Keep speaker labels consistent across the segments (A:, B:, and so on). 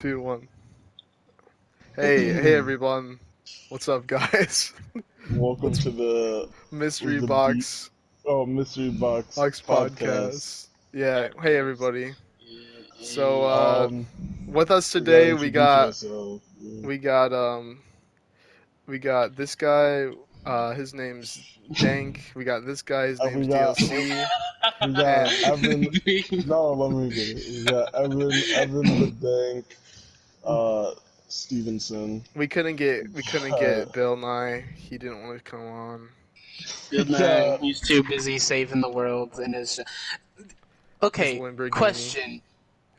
A: Two, one. Hey, hey everyone. What's up, guys?
B: Welcome to the
A: Mystery
B: The
A: Box
B: oh mystery box
A: Box podcast. Yeah. Hey everybody. So uh,
B: Um,
A: with us
B: we gotta
A: today we
B: introduce
A: got
B: ourselves.
A: we got um we got this guy. Uh, his name's Dank. We got this guy. His
B: And Uh, we
A: name's
B: got-
A: DLC.
B: we got Evan. No, let me get it. We got Evan, Evan the Dank, uh, Stevenson.
A: We couldn't get we couldn't
B: Uh.
A: get Bill Nye. He didn't want to come on.
C: Good man.
B: Yeah.
C: He's too busy saving the world and his. Okay,
A: His Lamborghini.
C: question.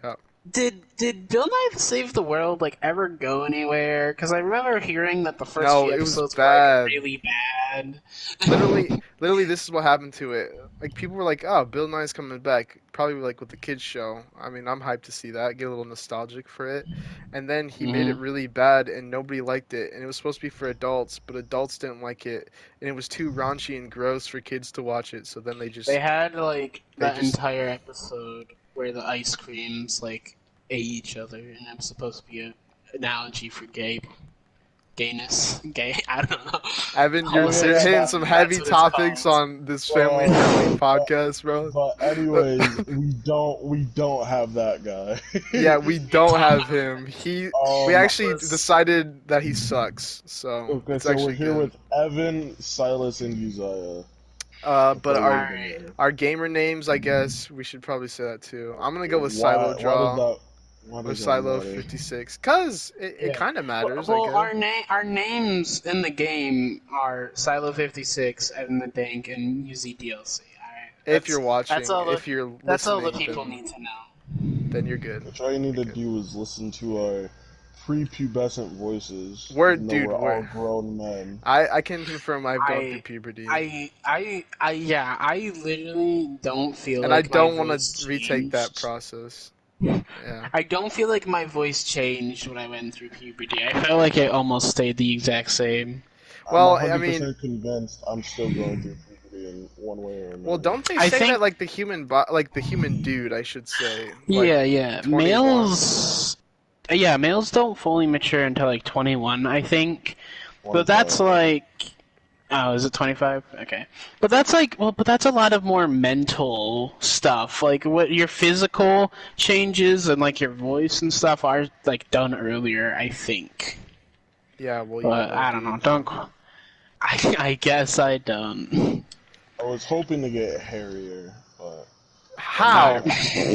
A: Yeah.
C: Did did Bill Nye the Save the World like ever go anywhere? Because I remember hearing that the first
A: No,
C: few
A: it was
C: episodes were like,
A: bad.
C: really bad.
A: literally, literally, this is what happened to it. Like people were like, "Oh, Bill Nye's coming back," probably like with the kids show. I mean, I'm hyped to see that, get a little nostalgic for it. And then he made it really bad, and nobody liked it. And it was supposed to be for adults, but adults didn't like it, and it was too raunchy and gross for kids to watch it. So then they just
C: They had like
A: They
C: that
A: just-
C: entire episode where the ice creams like ate each other, and I'm supposed to be a analogy for gay gayness, gay. I don't know.
A: Evan,
C: Oh,
A: you're
C: yeah,
A: hitting
B: that-
A: some heavy
C: what it's
A: topics
C: called.
A: on this family
B: Well,
A: friendly podcast, bro.
B: But anyways, we don't we don't have that guy.
A: Yeah, we don't have him. He.
B: Um,
C: Oh,
A: We actually
C: let's-
A: decided that he sucks, so
B: Okay,
A: it's
B: so we're
A: actually
B: here
A: good.
B: with Evan, Silas, and Uzziah.
A: Uh, but
B: Okay.
A: our
C: Alright.
A: our gamer names, I guess we should probably say that too. I'm gonna go with
B: Why-
A: Silo
B: Why
A: Draw
B: does that, why
A: or
B: does that
A: Silo
B: matter?
A: 56, cause it, it
C: Yeah.
A: kind of matters.
C: Well,
A: I
C: our
A: guess.
C: na- our names in the game are Silo Fifty Six, Evan the Dank, and UZ DLC. Alright,
A: If you're watching,
C: that's all the-
A: if you're listening,
C: that's all the people
A: then,
C: need to know.
A: then you're good.
B: Which all you need to do is listen to our prepubescent voices.
A: We're-
B: even though
A: dude,
B: We're,
A: we're-
B: all grown men.
A: I, I can confirm I've gone
C: I-
A: through puberty,
C: I I I yeah, I literally don't feel
A: and
C: like
A: I don't
C: want to
A: retake that process. Yeah,
C: I don't feel like my voice changed when I went through puberty. I felt like it almost stayed the exact same.
A: Well,
B: I'm
A: I mean-
B: 100% convinced I'm still going through puberty in one way or another.
A: well, don't they say
C: I think-
A: that like the human, bo- like the human dude? I should say. Like,
C: yeah, yeah.
A: 21.
C: Males yeah, males don't fully mature until like 21, I think. But that's like, oh, is it twenty five? Okay, but that's like, well, but that's a lot of more mental stuff. Like what your physical changes and like your voice and stuff are like done earlier, I think.
A: yeah. Well, yeah,
C: But I don't know. Don't. qu- I I guess I don't.
B: I was hoping to get hairier, but
A: How?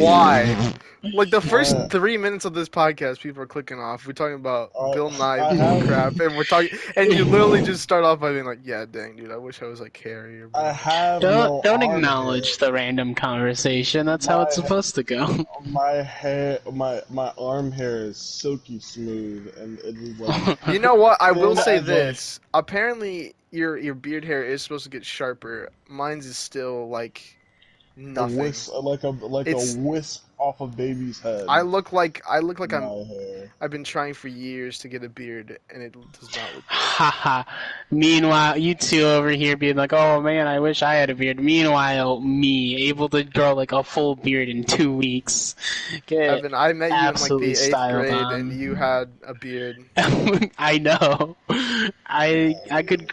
A: Why? Like the first
B: Yeah.
A: three minutes of this podcast, people are clicking off. We're talking about
B: Uh,
A: Bill
B: I
A: Nye
B: have-
A: bull crap, and we're talking, and you literally just start off by being like, "Yeah, dang, dude, I wish I was like Harry." Or
B: I have no
C: Don't don't
B: arm
C: acknowledge the random conversation. That's how it's
B: Why?
C: supposed to go.
B: hair. My hair, my my arm hair is silky smooth, and it is like
A: you know what? I will
B: Bill
A: say
B: Nye.
A: this: apparently, your your beard hair is supposed to get sharper. Mine's is still like
B: a
A: nothing.
B: wisp, like a like
A: It's-
B: a wisp off a baby's head.
A: I look like I look like
B: my
A: I'm.
B: hair.
A: I've been trying for years to get a beard, and it does not look.
C: Haha. Meanwhile, you two over here being like, "Oh man, I wish I had a beard." Meanwhile, me able to grow like a full beard in two weeks. Get-
A: Evan, I met you in like the
C: absolutely
A: eighth
C: styled
A: grade,
C: on.
A: and you had a beard.
C: I know. I I could.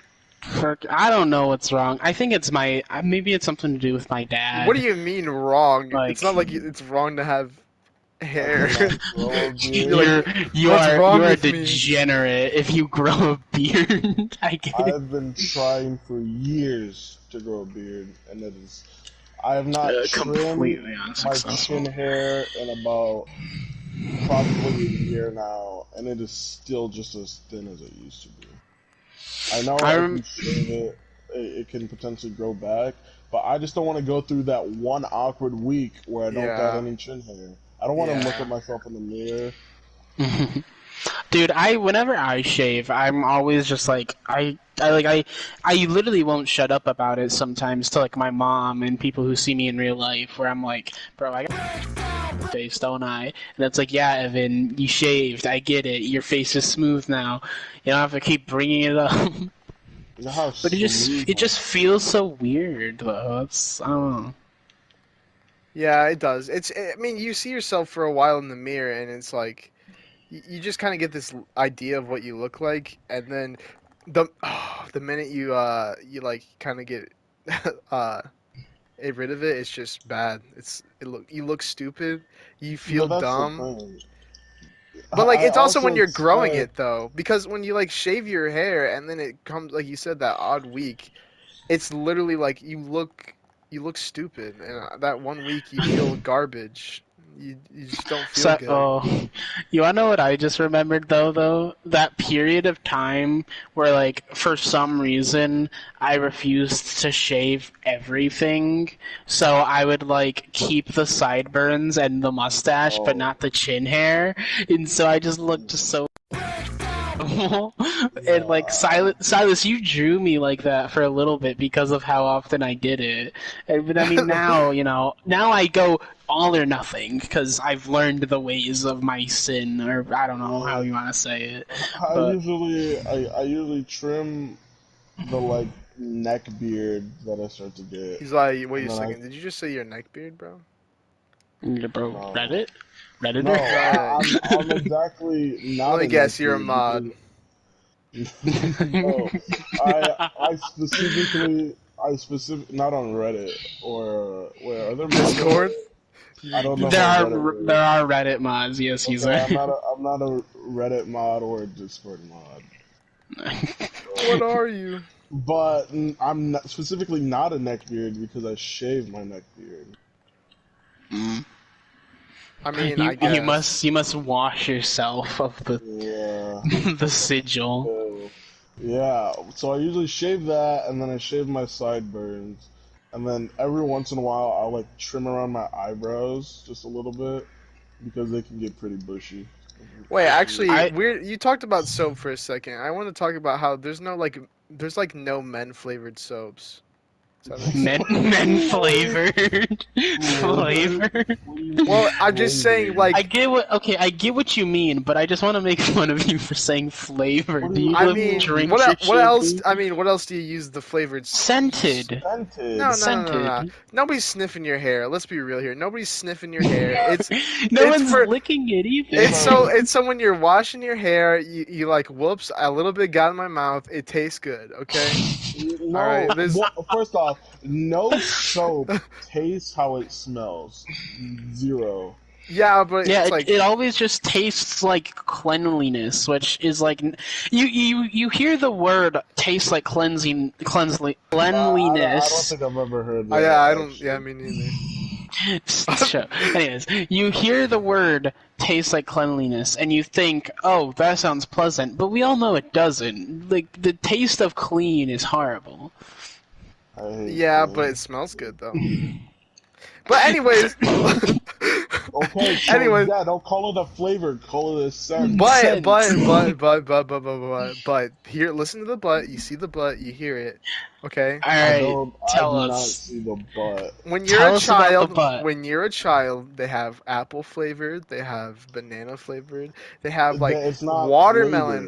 C: perk- I don't know what's wrong. I think it's my. uh, Maybe it's something to do with my dad.
A: What do you mean wrong?
C: Like-
A: it's not like it's wrong to have hair.
B: I cannot grow a beard.
A: You're like,
C: You're, you
A: "What's
C: are
A: wrong
C: you are
A: with me?"
C: degenerate if you grow a beard. I get it.
B: I've been trying for years to grow a beard, and it is. I have not
C: Uh,
B: trimmed
C: completely
B: my
C: unsuccessful.
B: chin hair in about probably a year now, and it is still just as thin as it used to be. I know
C: I
B: if
C: rem-
B: you shave it, it, it can potentially grow back, but I just don't want to go through that one awkward week where I don't got
A: Yeah.
B: any chin hair. I don't want to
A: Yeah.
B: look at myself in the mirror.
C: Dude, I whenever I shave, I'm always just like I I like I I literally won't shut up about it sometimes to like my mom and people who see me in real life where I'm like, bro, I got a face, don't I? And it's like, yeah, Evan, you shaved. I get it. Your face is smooth now. You don't have to keep bringing it up.
B: You know how
C: but it just
B: smooth
C: it just feels so weird though. It's I don't know.
A: yeah, it does. It's. I mean, you see yourself for a while in the mirror, and it's like, you, you just kind of get this idea of what you look like, and then the oh, the minute you uh you like kind of get uh get rid of it, it's just bad. It's it look you look stupid, you feel
B: Well, that's the
A: dumb.
B: thing.
A: But like
B: I
A: it's also, when you're growing
B: said-
A: it though, because when you like shave your hair and then it comes like you said that odd week, it's literally like you look you look stupid and uh, that one week you feel garbage. You, you just don't feel
C: So,
A: good.
C: oh, you wanna know what I just remembered though? Though that period of time where, like, for some reason, I refused to shave everything, so I would like keep the sideburns and the mustache, but
B: Oh.
C: not the chin hair, and so I just looked so. and like Silas, Silas, you drew me like that for a little bit because of how often I did it. And- But I mean, now you know, now I go all or nothing because I've learned the ways of my sin, or I don't know how you want to say it.
B: I
C: But-
B: usually I, I usually trim the like neck beard that I start to get.
A: He's like, wait a
B: No, I-
A: second, did you just say your neck beard, bro?
C: Yeah, bro,
B: No.
C: Reddit, Redditor.
B: Oh. No, I, I'm, I'm exactly not.
A: Let me
B: a
A: guess,
B: neck
A: you're a
B: beard,
A: mod.
B: because- no, I I specifically I specific not on Reddit or where are there mods on
A: Discord?
B: Reddit? I don't know.
C: there
B: how
C: are
B: Reddit
C: r-
B: works.
C: there are Reddit mods, yes,
B: Okay,
C: user.
B: I'm not a, I'm not a Reddit mod or a Discord mod.
A: What are you?
B: But mm, I'm not, specifically not a neckbeard because I shave my neckbeard.
C: Mm.
A: I mean, I
C: you,
A: guess.
C: you must you must wash yourself of the
B: Yeah.
C: the sigil.
B: So, yeah. So I usually shave that, and then I shave my sideburns, and then every once in a while I'll like trim around my eyebrows just a little bit because they can get pretty bushy.
A: Wait, actually,
C: I-
A: we're you talked about soap for a second. I want to talk about how there's no like there's like no men flavored soaps. Does that make sense?
C: Men, men flavored, flavored.
A: Well, I'm just saying, like-
C: I get what okay, I get what you mean, but I just want to make fun of you for saying flavor. Do you
A: I
C: love
A: mean,
C: drink
A: what,
C: your
A: el- what else?
C: shampoo?
A: I mean, what else do you use the flavored? s-
C: Scented.
B: Scented.
A: No, no, no,
C: Scented.
A: no, no. Nobody's sniffing your hair. Let's be real here. Nobody's sniffing your hair. It's
C: No
A: It's
C: one's
A: for-
C: licking it either.
A: it's so it's so when you're washing your hair, you, you like whoops, a little bit got in my mouth. It tastes good, okay?
B: No.
A: Alright, this-
B: well, first off, no soap tastes how it smells. Zero.
A: Yeah, but
C: yeah,
A: it's
C: it,
A: like
C: it always just tastes like cleanliness, which is like n- you you you hear the word "taste like cleansing cleansly,
B: Uh, I don't-
C: cleanliness.
B: I, don't, think I've ever heard. That,
A: I, Oh, yeah, I don't.
B: actually.
A: Yeah, me neither.
C: Show. Anyways, you hear the word "taste like cleanliness" and you think, "Oh, that sounds pleasant," but we all know it doesn't. Like the taste of clean is horrible.
B: I hate
A: Yeah,
B: that.
A: but it smells good though. But anyways,
B: Okay, so
A: Anyway.
B: yeah, don't call it a flavor, call it a scent.
A: but, but
C: Sense.
A: but but but but but but but here, listen to the butt. You see the butt, you hear it. Okay.
C: All
B: I
C: right,
B: don't- I
C: tell
B: do not
C: us.
B: see the butt.
A: When you're
C: Tell
A: a
C: us about the
A: child,
C: butt.
A: when you're a child, they have apple flavored, they have banana flavored, they have like
B: it's not
A: watermelon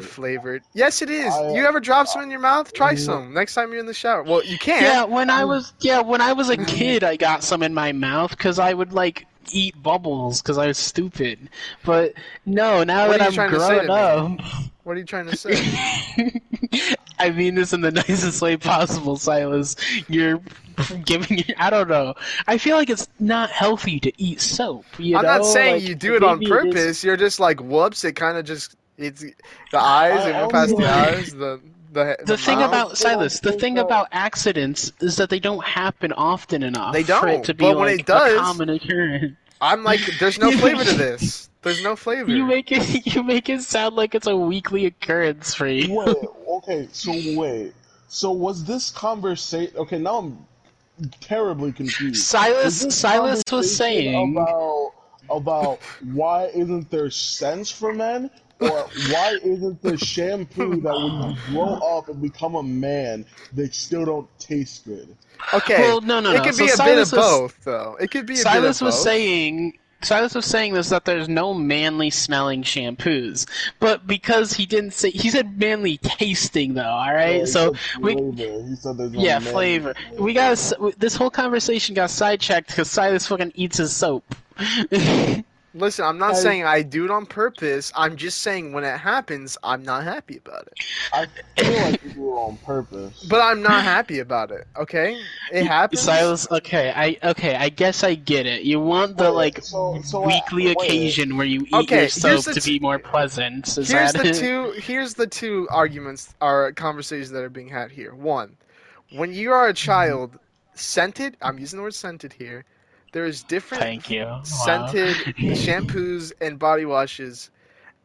A: flavored.
B: flavored.
A: Yes, it is.
B: I-
A: you ever drop some in your mouth? Try
B: Mm.
A: some next time you're in the shower. Well, you can't.
C: Yeah, when I was yeah when I was a kid, I got some in my mouth because I would like eat bubbles because I was stupid. But no, now
A: What
C: that
A: are you trying
C: I'm
A: to say
C: grown up,
A: What are you trying to say?
C: I mean this in the nicest way possible, Silas. You're giving I don't know. I feel like it's not healthy to eat soap. You
A: I'm not
C: know?
A: saying
C: Like,
A: you do it on
C: maybe is-
A: purpose. You're just like, whoops. It kind of just it's the eyes.
B: I
A: It went past the
B: only-
A: eyes. The the
C: The thing
A: mouth.
C: about Silas, the
B: think
C: thing
B: that-
C: about accidents is that they don't happen often enough.
A: They
C: For
A: don't,
C: it to be
A: but when
C: like
A: it does-
C: a common occurrence.
A: I'm like, there's no
C: You-
A: flavor to this. There's no flavor.
C: You make it. You make it sound like it's a weekly occurrence for you.
B: Wait, okay, so wait. So was this conversation okay, now I'm terribly confused. Was
C: Silas.
B: this
C: Silas was
B: conversation
C: saying.
B: about about why isn't there sense for men? Or why isn't the shampoo that when you grow up and become a man, they still don't taste good?
A: Okay.
C: Well, no, no,
A: it
C: no.
A: could
C: So
A: be a
C: Silas
A: bit of
C: was-
A: both, though. It could be a
C: Silas
A: bit of
C: was
A: both.
C: saying. Silas was saying this that there's no manly smelling shampoos, but because he didn't say he said manly tasting though. All right,
B: Yeah, he
C: so
B: said
C: we
B: flavor. he said there's no
C: yeah
B: man.
C: flavor. We got this whole conversation got sidetracked because Silas fucking eats his soap.
A: Listen, I'm not
B: I-
A: saying I do it on purpose. I'm just saying when it happens, I'm not happy about it.
B: I feel like you do it on purpose.
A: But I'm not happy about it. Okay, it happens.
C: Silas, okay, I okay, I guess I get it. You want the
B: Wait,
C: like
B: so- so I-
C: weekly
B: wait.
C: occasion where you eat
A: uh, Okay, here's
C: yourself
A: the
C: to
A: t-
C: be more pleasant. Is
A: here's
C: that
A: the
C: it?
A: two. Here's the two arguments or conversations that are being had here. One, when you
C: Mm-hmm.
A: are a child, scented. I'm using the word scented here. There is different
C: Thank you. Wow.
A: scented shampoos and body washes.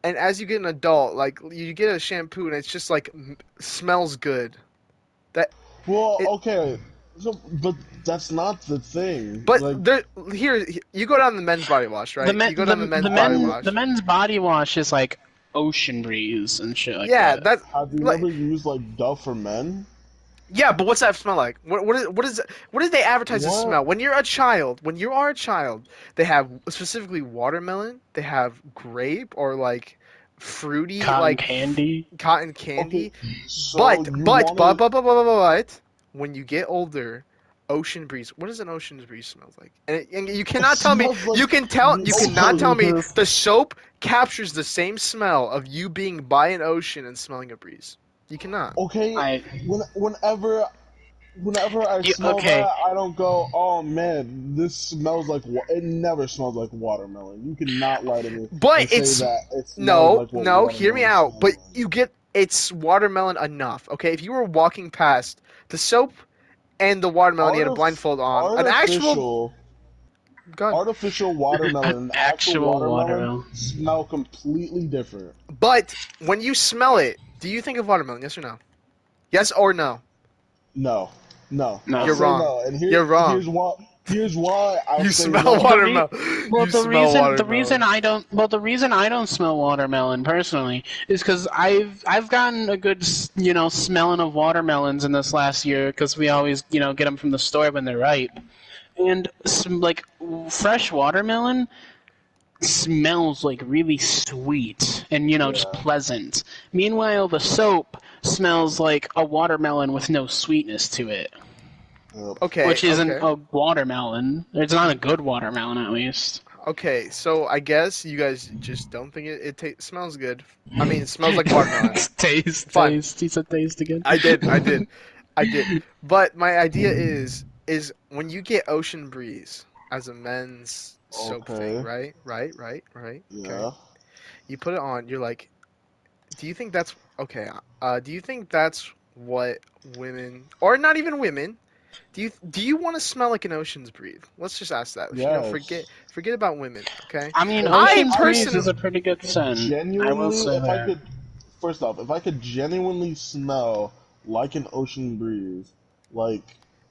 A: And as you get an adult, like you get a shampoo and it's just like m- smells good.
B: Well,
A: It-
B: okay. So, but that's not the thing.
A: But
B: like,
A: there, here you go down the men's body wash, right?
C: The, men,
A: you go
C: the,
A: down the men's
C: the
A: body
C: men-
A: wash.
C: the men's body wash is like ocean breeze and shit like
A: yeah,
C: that.
A: that.
B: have you
A: like-
B: ever used like Dove for Men?
A: Yeah, but what's that smell like? What what is what is what did they advertise the
B: What?
A: smell? When you're a child, when you are a child, they have specifically watermelon. They have grape or like fruity
C: Cotton
A: like
C: candy.
A: cotton candy.
B: So
A: but
B: you
A: but,
B: wanna-
A: but but but but but but when you get older, ocean breeze. What does an ocean breeze smell like? And, it, and you cannot tell me.
B: smells like-
A: you can tell. You
B: Oh,
A: cannot tell me
B: Jesus.
A: the soap captures the same smell of you being by an ocean and smelling a breeze. You cannot.
B: okay.
C: I
B: When, whenever, whenever I
C: You-
B: smell
C: okay.
B: that, I don't go, "Oh man, this smells like." Wa-. It never smells like watermelon. You cannot lie to me.
A: But
B: and
A: it's-
B: say that it smells
A: No,
B: like what
A: no. Hear me
B: watermelon
A: out. But
B: smells like.
A: you get it's watermelon enough. Okay, if you were walking past the soap and the watermelon, you had a
B: Artif-
A: blindfold on. An actual.
B: Artificial-
A: God.
B: artificial watermelon and actual,
C: Actual
B: watermelon,
C: watermelon.
B: smell completely different.
A: But when you smell it, do you think of watermelon? Yes or no? Yes or no?
B: No, no,
C: No.
B: I
C: You're
B: say
A: wrong.
B: No. And here-
A: You're wrong.
B: Here's why. Here's why I
A: you
B: say
A: smell
B: no.
A: watermelon.
C: well,
A: you
C: the
A: smell
C: reason the
A: watermelon.
C: reason I don't well the reason I don't smell watermelon personally is because I've I've gotten a good s- you know smelling of watermelons in this last year because we always you know get them from the store when they're ripe, and some like w- fresh watermelon smells like really sweet and you know just
B: Yeah.
C: pleasant. Meanwhile, the soap smells like a watermelon with no sweetness to it,
B: Yep.
A: okay,
C: which isn't
A: okay.
C: a watermelon. It's not a good watermelon at least.
A: okay. So I guess you guys just don't think it it ta- smells good. I mean, it smells like watermelon.
C: taste,
A: Fine.
C: taste. He said taste again.
A: I did, I did, I did. But my idea is is when you get ocean breeze as a men's soap
B: Okay.
A: thing, right? Right, right, right.
B: Yeah.
A: You put it on, you're like, do you think that's okay? Uh, do you think that's what women, or not even women, do you do you want to smell like an ocean's breeze? Let's just ask that. You know,
B: Yes.
A: forget forget about women, okay?
C: I mean,
A: I
C: Ocean's Breeze
A: personally-
C: is a pretty good scent.
B: Genuinely,
C: I will say
B: if I
C: that.
B: could, first off, if I could genuinely smell like an ocean breeze, like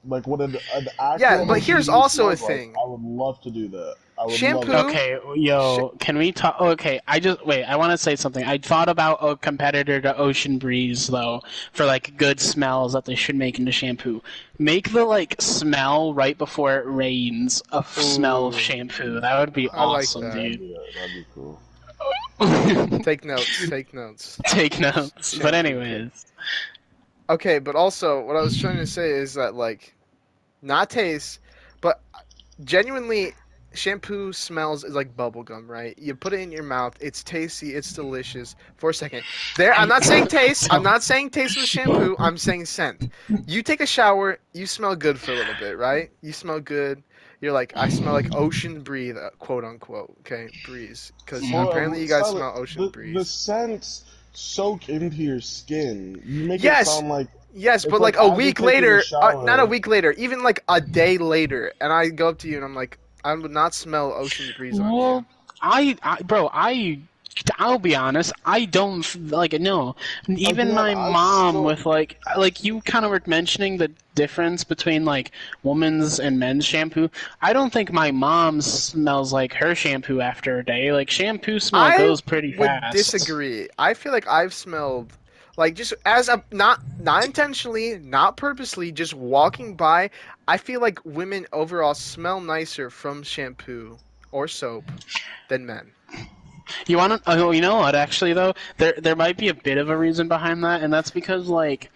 B: like what an, an actual
A: Yeah, but
B: ocean
A: here's
B: breeze
A: also a
B: smells like,
A: thing.
B: I would love to do that. I would
A: Shampoo-
B: Love
C: Okay, yo, can we talk? Okay, I just wait. I want to say something. I thought about a competitor to Ocean Breeze though for like good smells that they should make into shampoo. Make the like smell right before it rains a f- smell of
A: Ooh.
C: shampoo. That would be
A: I like
C: awesome,
A: that.
B: to
C: dude.
B: do that. That'd be cool.
A: Take notes, take notes.
C: Take notes.
A: Shampoo,
C: But
A: okay.
C: anyways,
A: Okay, but also what I was trying to say is that like, not taste, but genuinely, shampoo smells is like bubblegum, right? You put it in your mouth, it's tasty, it's delicious. For a second, there, I'm not saying taste. I'm not saying taste with shampoo. I'm saying scent. You take a shower, you smell good for a little bit, right? You smell good. You're like, I smell like ocean breeze, uh, quote unquote. Okay, breeze, because
B: Well,
A: apparently you guys
B: Skylar,
A: smell ocean
B: the,
A: breeze.
B: The scents soak into your skin. You make
A: Yes.
B: it sound like
A: Yes,
B: It's
A: but like,
B: like
A: a
B: I'll be
A: week
B: taking a
A: later, uh, not a
B: shower.
A: week later, even like a day later, and I go up to you and I'm like, I would not smell ocean breeze on
C: well, I, I, bro, I, I'll be honest. I don't f- like no. Even
B: Again,
C: my
B: I
C: mom
B: still-
C: with like, like you kind of were mentioning the difference between like women's and men's shampoo. I don't think my mom smells like her shampoo after a day. Like shampoo smell
A: I
C: goes pretty
A: you. Would
C: fast.
A: disagree. I feel like I've smelled, like just as a not not intentionally, not purposely, just walking by. I feel like women overall smell nicer from shampoo or soap than men.
C: You want to? Oh, you know what? Actually, though, there there might be a bit of a reason behind that, and that's because like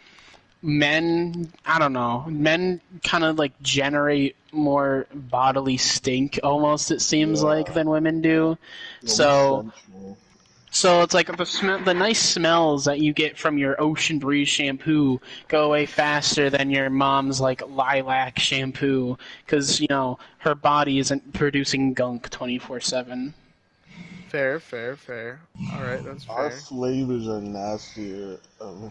C: men i don't know men kind of like generate more bodily stink almost it seems
B: Yeah.
C: like than women do so so it's like the smell the nice smells that you get from your ocean breeze shampoo go away faster than your mom's like lilac shampoo because you know her body isn't producing gunk 24-7
A: Fair, fair, fair. All right, that's
B: our
A: fair.
B: flavors are nastier. Um,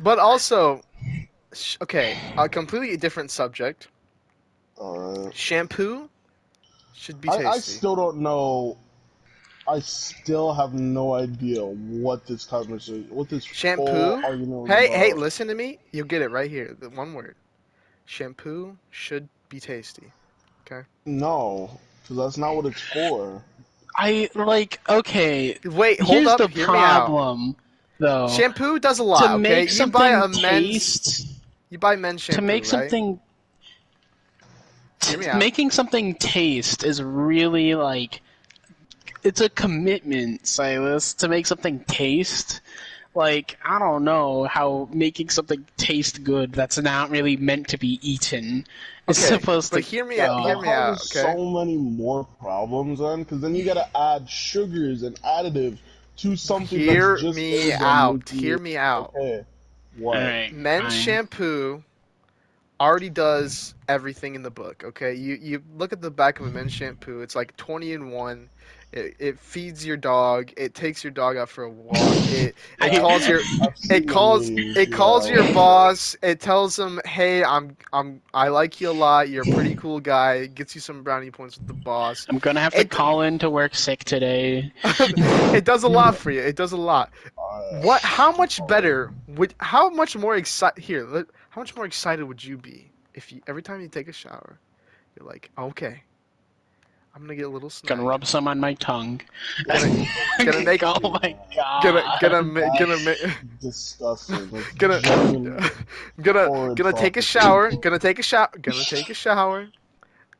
A: But also, sh- okay, a completely different subject.
B: alright.
A: Shampoo should be
B: I,
A: tasty.
B: I still don't know. I still have no idea what this conversation, what this
A: Shampoo?
B: whole argument was
A: Hey, hey,
B: about.
A: listen to me. You'll get it right here. The one word. Shampoo should be tasty.
B: No, because that's not what it's for.
C: i like okay
A: Wait, hold
C: here's
A: up.
C: the
A: hear
C: problem though
A: me out. Shampoo does a lot.
C: to
A: okay,
C: make
A: you
C: something
A: buy a men's
C: taste
A: you buy men's shampoo.
C: to make
A: right?
C: something
A: Hear me
C: t-
A: out.
C: making something taste is really like it's a commitment silas to make something taste like i don't know how making something taste good that's not really meant to be eaten is
A: Okay,
C: supposed
A: but
C: to
A: hear me out, Uh,
C: go.
A: hear me out.
B: Causes
A: okay.
B: So many more problems on because then you gotta add sugars and additives to something.
A: Hear
B: that's just
A: me
B: made that
A: out.
B: would be-
A: Hear me out.
B: Okay. What?
C: All right,
A: Men's
C: fine.
A: shampoo already does everything in the book. Okay, you you look at the back of a men's shampoo. It's like twenty in one. It, it feeds your dog. It takes your dog out for a walk. It it
C: I-
A: calls your
B: I've seen
A: it
B: the
A: calls
B: memes,
A: it
B: yeah.
A: calls your boss. It tells him, "Hey, I'm I'm I like you a lot. You're a pretty cool guy." It gets you some brownie points with the boss.
C: i'm gonna have to
A: It-
C: call in to work sick today
A: it does a lot for you. It does a lot.
B: Alright.
A: What? How much better would? How much more excited? Here, let, how much more excited would you be if you every time you take a shower, you're like, okay, I'm gonna get a little snack.
C: gonna rub some on my tongue
A: Gonna- gonna make-
C: oh my god
A: Gonna gonna ma- gonna ma-
B: Disgusting. Like,
A: Gonna-
B: genuine-
A: gonna
B: Forward
A: gonna take a
B: thought.
A: shower. Gonna take a shower. Gonna take a shower.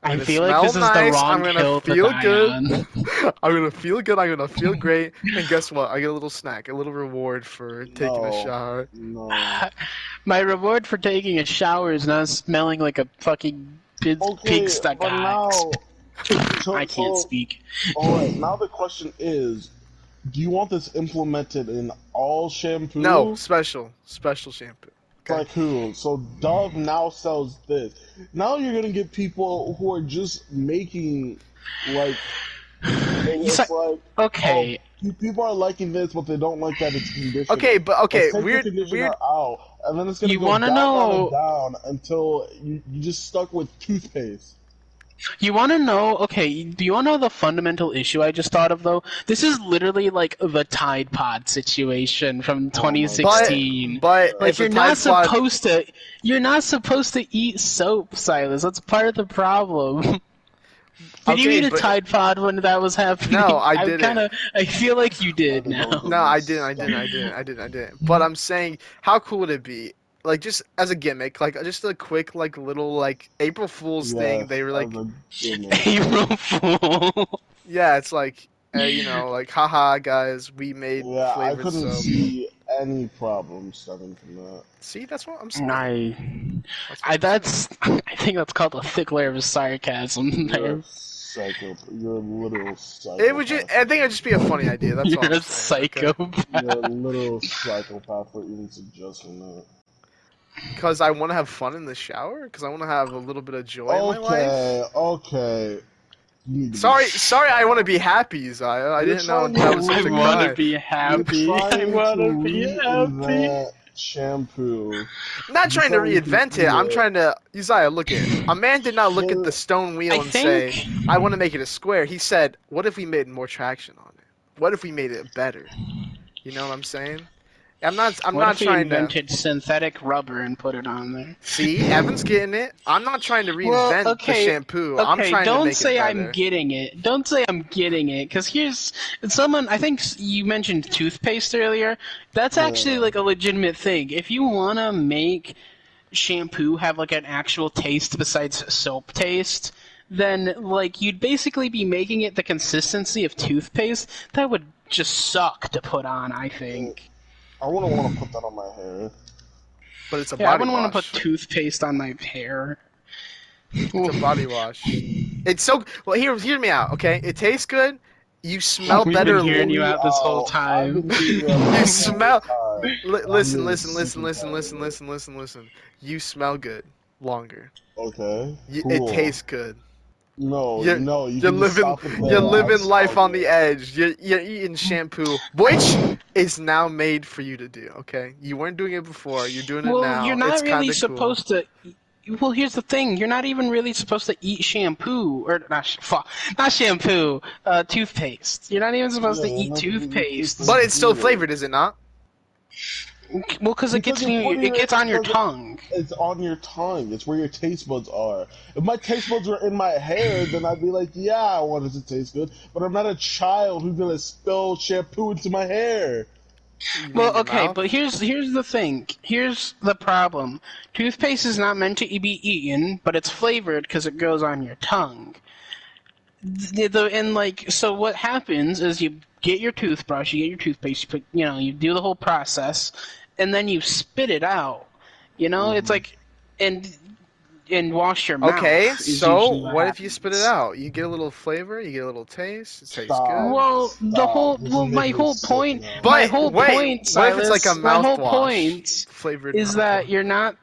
A: I'm
C: I
A: gonna
C: feel like
A: smell
C: this is
A: nice,
C: the wrong
A: I'm gonna
C: hill to
A: feel
C: die
A: good.
C: on.
A: I'm gonna feel good. I'm gonna feel great. And guess what? I get a little snack, a little reward for taking a
B: No.
A: shower.
B: No.
C: My reward for taking a shower is not smelling like a fucking pig,
B: Okay,
C: pig stuck
B: but Oh. now.
C: ox.
B: so-
C: I can't
B: so-
C: speak.
B: Alright, now the question is do you want this implemented in all shampoo?
A: No, special, special shampoo. okay.
B: Like who? So Dove now sells this. Now you're gonna get people who are just making like. and
C: You
B: It's
C: said-
B: like
C: Okay,
B: you- people are liking this, but they don't like that it's conditioned.
A: Okay, but okay,
B: Let's take the
A: weird,
B: conditioner
A: weird.
B: out, and then it's gonna
C: You
B: go down,
C: wanna
B: down,
C: know-
B: and down until you you just stuck with toothpaste.
C: you want to know? Okay, do you want to know the fundamental issue I just thought of though? This is literally like the Tide Pod situation from
B: Oh my God.
C: 2016.
A: But
B: Like,
A: if
C: like
A: a
C: you're not
A: Tide Pod-
C: supposed to, you're not supposed to eat soap, Silas. That's part of the problem. Did you
A: Okay,
C: eat a
A: but-
C: Tide Pod when that was happening?
A: No, I
C: I'm
A: didn't.
C: Kinda, I feel like you did now.
A: No, I didn't. I didn't. I didn't. I didn't. I didn't. But I'm saying, how cool would it be? Like just as a gimmick, like just a quick, like little, like April Fool's thing.
B: Yes,
A: They were like,
B: I'm a- I'm a-
C: April Fool.
A: yeah, it's like, uh, you know, like, haha, guys, we made
B: yeah, I
A: flavored
B: couldn't
A: soap.
B: see any problem stemming from that.
A: See, that's what I'm saying.
C: I,
A: That's what
C: I
A: I'm
C: that's I think that's called a thick layer of sarcasm.
B: You're
C: There.
B: a psycho. You're a literal psycho.
A: saying. It would just. I think it'd just be a funny idea. That's all.
C: You're
A: I'm
C: a
A: saying, okay?
C: psycho.
B: You're a literal psychopath for even suggesting that.
A: Because I want to have fun in the shower. Because I want to have a little bit of joy in my life.
B: Okay, okay. You need to be
A: Sorry, sorry. I want to be happy, Zaya. I
B: You're
A: didn't know
B: trying
A: that
B: to-
A: was such
C: I
A: a
C: wanna
A: guy.
C: be happy.
B: You're
C: I
B: trying
C: wanna
B: to
C: be happy.
B: reinvent Shampoo.
A: I'm not trying to
B: Before we
A: reinvent it. I'm
B: continue.
A: trying to. Uzziah, look at it. A man did not look at the stone wheel
C: I
A: and say,
C: think
A: "I want to make it a square." He said, "What if we made more traction on it? What if we made it better?" You know what I'm saying? I'm not. I'm
C: what
A: not
C: if we
A: trying
C: invented synthetic rubber and put it on there?
A: to see. Evan's getting it. I'm not trying to
C: Well,
A: reinvent
C: okay,
A: the shampoo. I'm
C: Okay,
A: trying to
C: don't
A: make
C: say
A: it
C: I'm
A: better.
C: getting it. Don't say I'm getting it, because here's someone. I think s- you mentioned toothpaste earlier. That's actually like a legitimate thing. If you wanna make shampoo have like an actual taste besides soap taste, then like you'd basically be making it the consistency of toothpaste. That would just suck to put on. I think.
B: I wouldn't want to put that on my hair.
A: But it's a
C: Yeah, I
A: body
C: wouldn't want to
A: wash.
C: put toothpaste on my hair.
A: It's a body wash. It's so well. Hear hear me out, okay? It tastes good. You smell
C: We've
A: better.
C: been hearing you out this whole
B: Oh, I've
C: time.
B: been hearing out this
A: You
B: whole
A: smell-
B: time.
A: Li- listen,
B: really
A: listen, listen,
B: super
A: listen, listen,
B: tired.
A: listen, listen, listen. You smell good longer.
B: Okay.
A: You,
B: cool.
A: It tastes good.
B: No,
A: You're-
B: no. You
A: you're
B: can
A: living-
B: stop it there.
A: You're living
B: I
A: life
B: saw
A: on
B: you.
A: the edge. You're, you're eating shampoo, which is now made for you to do. Okay, you weren't doing it before. You're doing it
C: Well,
A: now.
C: you're not
A: it's
C: really
A: kinda cool.
C: supposed to. e-, Well, here's the thing: you're not even really supposed to eat shampoo or not. sh- Fuck, not shampoo. Uh, toothpaste. You're not even supposed
B: Yeah,
C: to eat
B: not even eat
C: toothpaste.
B: toothpaste.
A: But it's still
B: Mm.
A: flavored, is it not?
C: Well, because it
B: Because
C: gets
B: it's
C: in your,
B: what
C: it
B: you're-
C: gets on your
B: because it-
C: tongue.
B: It's on your tongue. It's where your taste buds are. If my taste buds were in my hair, then I'd be like, yeah, I want it to taste good. But I'm not a child who's gonna spill shampoo into my hair.
A: You mean
C: Well,
A: your
C: okay,
A: mouth?
C: but here's here's the thing. Here's the problem. Toothpaste is not meant to be eaten, but it's flavored because it goes on your tongue. The, the, and like, so what happens is you get your toothbrush, you get your toothpaste, you put, you know, you do the whole process, and then you spit it out. You know, it's like, and and wash your mouth.
A: Mm-hmm. Okay,
C: is
A: so
C: usually
A: what, if you spit it
C: happens.
A: out? You get a little flavor, you get a little taste, it tastes
B: Stop.
A: good.
C: Well, the
B: Stop.
C: whole
B: Oh, This
C: well,
B: is
C: my
B: making
C: whole
B: me sick
C: point,
B: now.
C: my
A: But
C: whole
A: wait,
C: point,
A: what if it's like a
C: Silas, my whole
A: mouthwash?
C: point
A: Flavored
C: is that you're not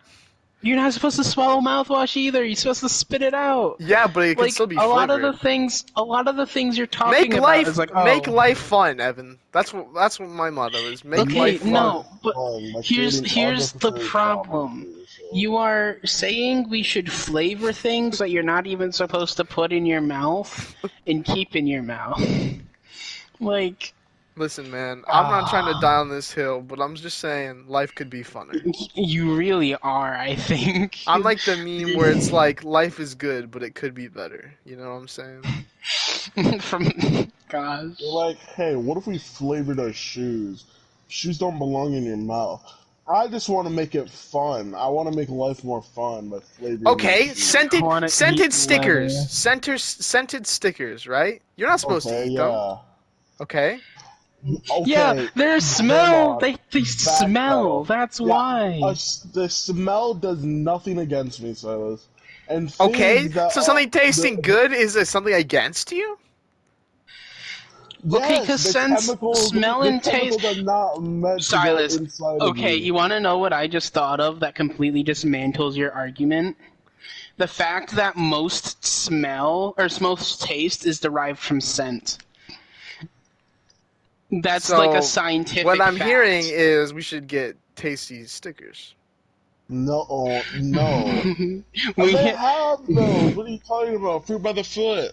C: you're not supposed to swallow mouthwash either. You're supposed to spit it out.
A: Yeah, but it can
C: like
A: still be
C: a lot of the
A: flavored.
C: things, a lot of the things you're talking
A: Make
C: about
A: life
C: is like oh,
A: make life fun, Evan. That's what that's what my motto is. Make
C: Okay,
A: life fun.
C: no, but
B: Oh, my
C: here's
B: creating
C: here's the
B: unnecessary
C: problem.
B: problems for yourself.
C: You are saying we should flavor things that you're not even supposed to put in your mouth and keep in your mouth. Like
A: Listen, man, I'm not trying to
C: Ah.
A: die on this hill, but I'm just saying life could be funner.
C: you really are, I think.
A: I'm like the meme where it's like life is good, but it could be better. You know what I'm saying?
C: from gosh.
B: You're like, hey, what if we flavored our shoes? Shoes don't belong in your mouth. I just want to make it fun. I want to make life more fun by flavoring.
A: Okay,
B: your shoes.
A: scented
C: Wanna
A: scented
C: eat
A: stickers,
C: leather.
A: Centers, scented stickers, right? You're not supposed
B: okay,
A: to eat them.
B: yeah.
A: Okay.
B: Okay.
C: Yeah, their smell.
B: on.
C: They they smell.
B: pedal.
C: That's
B: Yeah,
C: why.
B: A s- the smell does nothing against me, Silas. And things
A: Okay.
B: that
A: So
B: are-
A: something tasting
B: the-
A: good is uh, something against you?
C: Okay,
B: yes,
C: 'cause
B: the
C: sense,
B: chemicals-
C: smell,
B: the
C: and taste-
B: chemicals Are not meant to go
C: Silas,
B: inside of
C: Okay, you want to know what I just thought of that completely dismantles your argument? The fact that most smell or most taste is derived from scent. That's
A: So,
C: like a scientific.
A: what I'm
C: fact.
A: hearing is we should get tasty stickers.
B: No, oh, no.
C: we
B: they have those. What are you talking about? Fruit by the foot.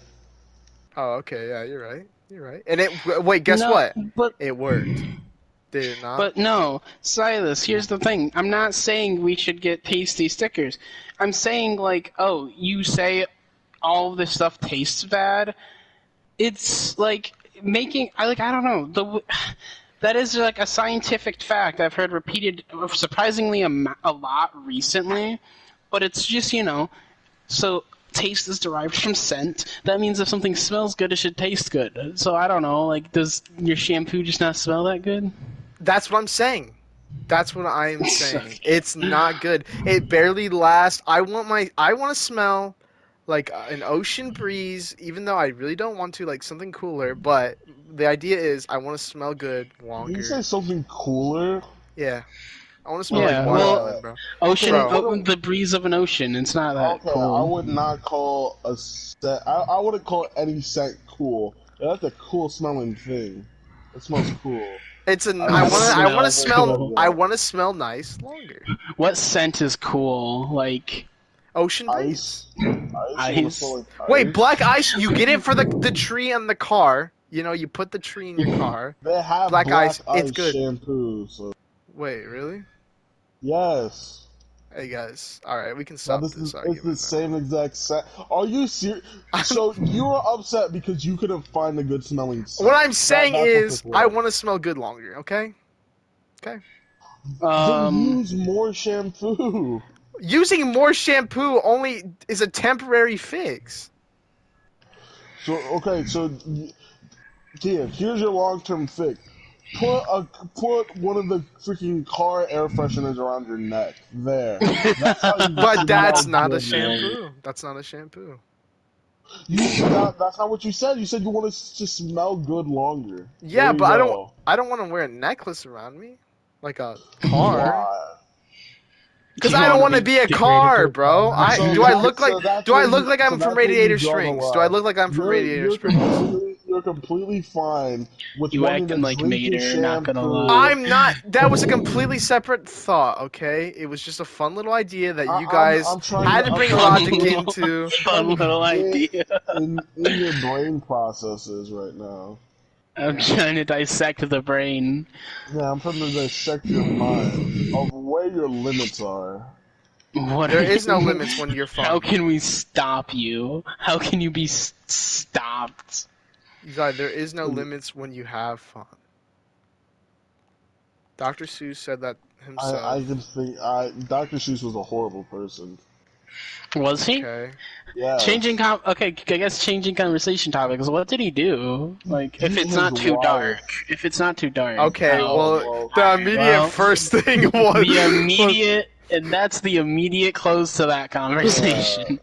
A: Oh, okay. Yeah, you're right. You're right. And it w- wait, guess
C: No,
A: what?
C: But
A: It worked. Did it not?
C: But no, Silas, here's the thing. I'm not saying we should get tasty stickers. I'm saying, like, oh, you say all this stuff tastes bad. It's like making, I like, I don't know. The w- that is like a scientific fact I've heard repeated surprisingly a, mo- a lot recently. But it's just you know, so taste is derived from scent. That means if something smells good, it should taste good. So I don't know. Like, does your shampoo just not smell that good?
A: That's what I'm saying. That's what I am saying. It's not good. It barely lasts. I want my. I want to smell like uh, an ocean breeze, even though I really don't want to. Like something cooler. But the idea is, I want to smell good
B: Did you say
A: longer.
B: something cooler?
A: Yeah, I want to smell
C: Yeah,
A: like
C: well-
A: watermelon, bro.
C: Ocean,
A: Bro.
C: oh, the breeze of an ocean. It's not
B: Okay,
C: that
B: I
C: cool.
B: would not call a scent. I, I wouldn't call any scent cool. That's a cool smelling thing. It smells cool.
A: It's an.
B: I
A: I want. to. I want to
C: smell
A: smell.
B: cool.
A: I want to smell nice longer.
C: What scent is cool? Like,
A: Ocean breeze.
B: Ice. Ice.
C: Ice.
B: smells like
A: Wait,
B: ice.
A: black ice. You get it for the the tree and the car. You know, you put the tree in your car.
B: They have
A: black
B: black,
A: ice,
B: ice,
A: it's good.
B: shampoo. So
A: Wait, really?
B: yes.
A: Hey guys, all right, we can
B: Now
A: stop
B: this
A: this,
B: is it's
A: argument.
B: the
A: now.
B: same exact scent. Are you serious? So you were upset because you couldn't find a good smelling scent.
A: What I'm saying
B: that's what
A: is,
B: this was.
A: I want to smell good longer. Okay,
B: then
C: um,
B: use more shampoo.
A: using more shampoo only is a temporary fix.
B: So okay, so y- Kia, here's your long term fix. Put a put one of the freaking car air fresheners around your neck. There. That's how you
A: But
B: smell
A: that's not a
B: good, man.
A: shampoo. That's not a shampoo.
B: You, that, that's not what you said. You said you want it to smell good longer.
A: Yeah,
B: There you
A: but I don't-
B: go.
A: I don't want to wear a necklace around me, like a car.
B: Why?
A: Because
C: You
A: I don't want to
C: wanna
A: be a
C: degraded
A: car,
C: to-
A: bro. I
B: So
A: do I
B: that-
A: look
B: so
A: like
B: that's
A: do I
B: where you-
A: look like
B: so
A: I'm
B: that's
A: from
B: where you
A: Radiator
B: draw the
A: Strings?
B: line.
A: Do I look like I'm from
B: You're-
A: Radiator
B: you're
A: Springs?
B: completely- You're completely fine with
C: You
B: wanting
C: acting
B: to
C: like
B: drink your
C: Mater, not gonna
B: shampoo.
C: lie.
A: I'm not. That was a completely separate thought. Okay, it was just a fun little idea that
B: I-
A: you
B: I'm-
A: guys
B: I'm trying
A: had to
B: I'm
A: bring
B: trying
A: logic into.
C: Fun little idea.
B: in, in your brain processes right now.
C: I'm trying to dissect the brain.
B: Yeah, I'm trying to dissect your mind of where your limits are.
C: What
A: There
C: are
A: is no
C: you-
A: limits when you're fun.
C: How can we stop you? How can you be s- stopped?
A: Eli, there is no limits when you have fun. Dr. Seuss said that himself.
B: I, I can think. I Dr. Seuss was a horrible person.
C: Was he
A: okay.
B: Yeah.
C: changing? Com- okay, I guess changing conversation topics. What did he do? Like, if
B: He
C: it's not
B: was
C: too
B: wild.
C: dark, if it's not too dark.
A: Okay.
C: Oh.
A: well,
B: well,
A: the immediate
C: well,
A: first thing was
C: the immediate, and that's the immediate close to that conversation.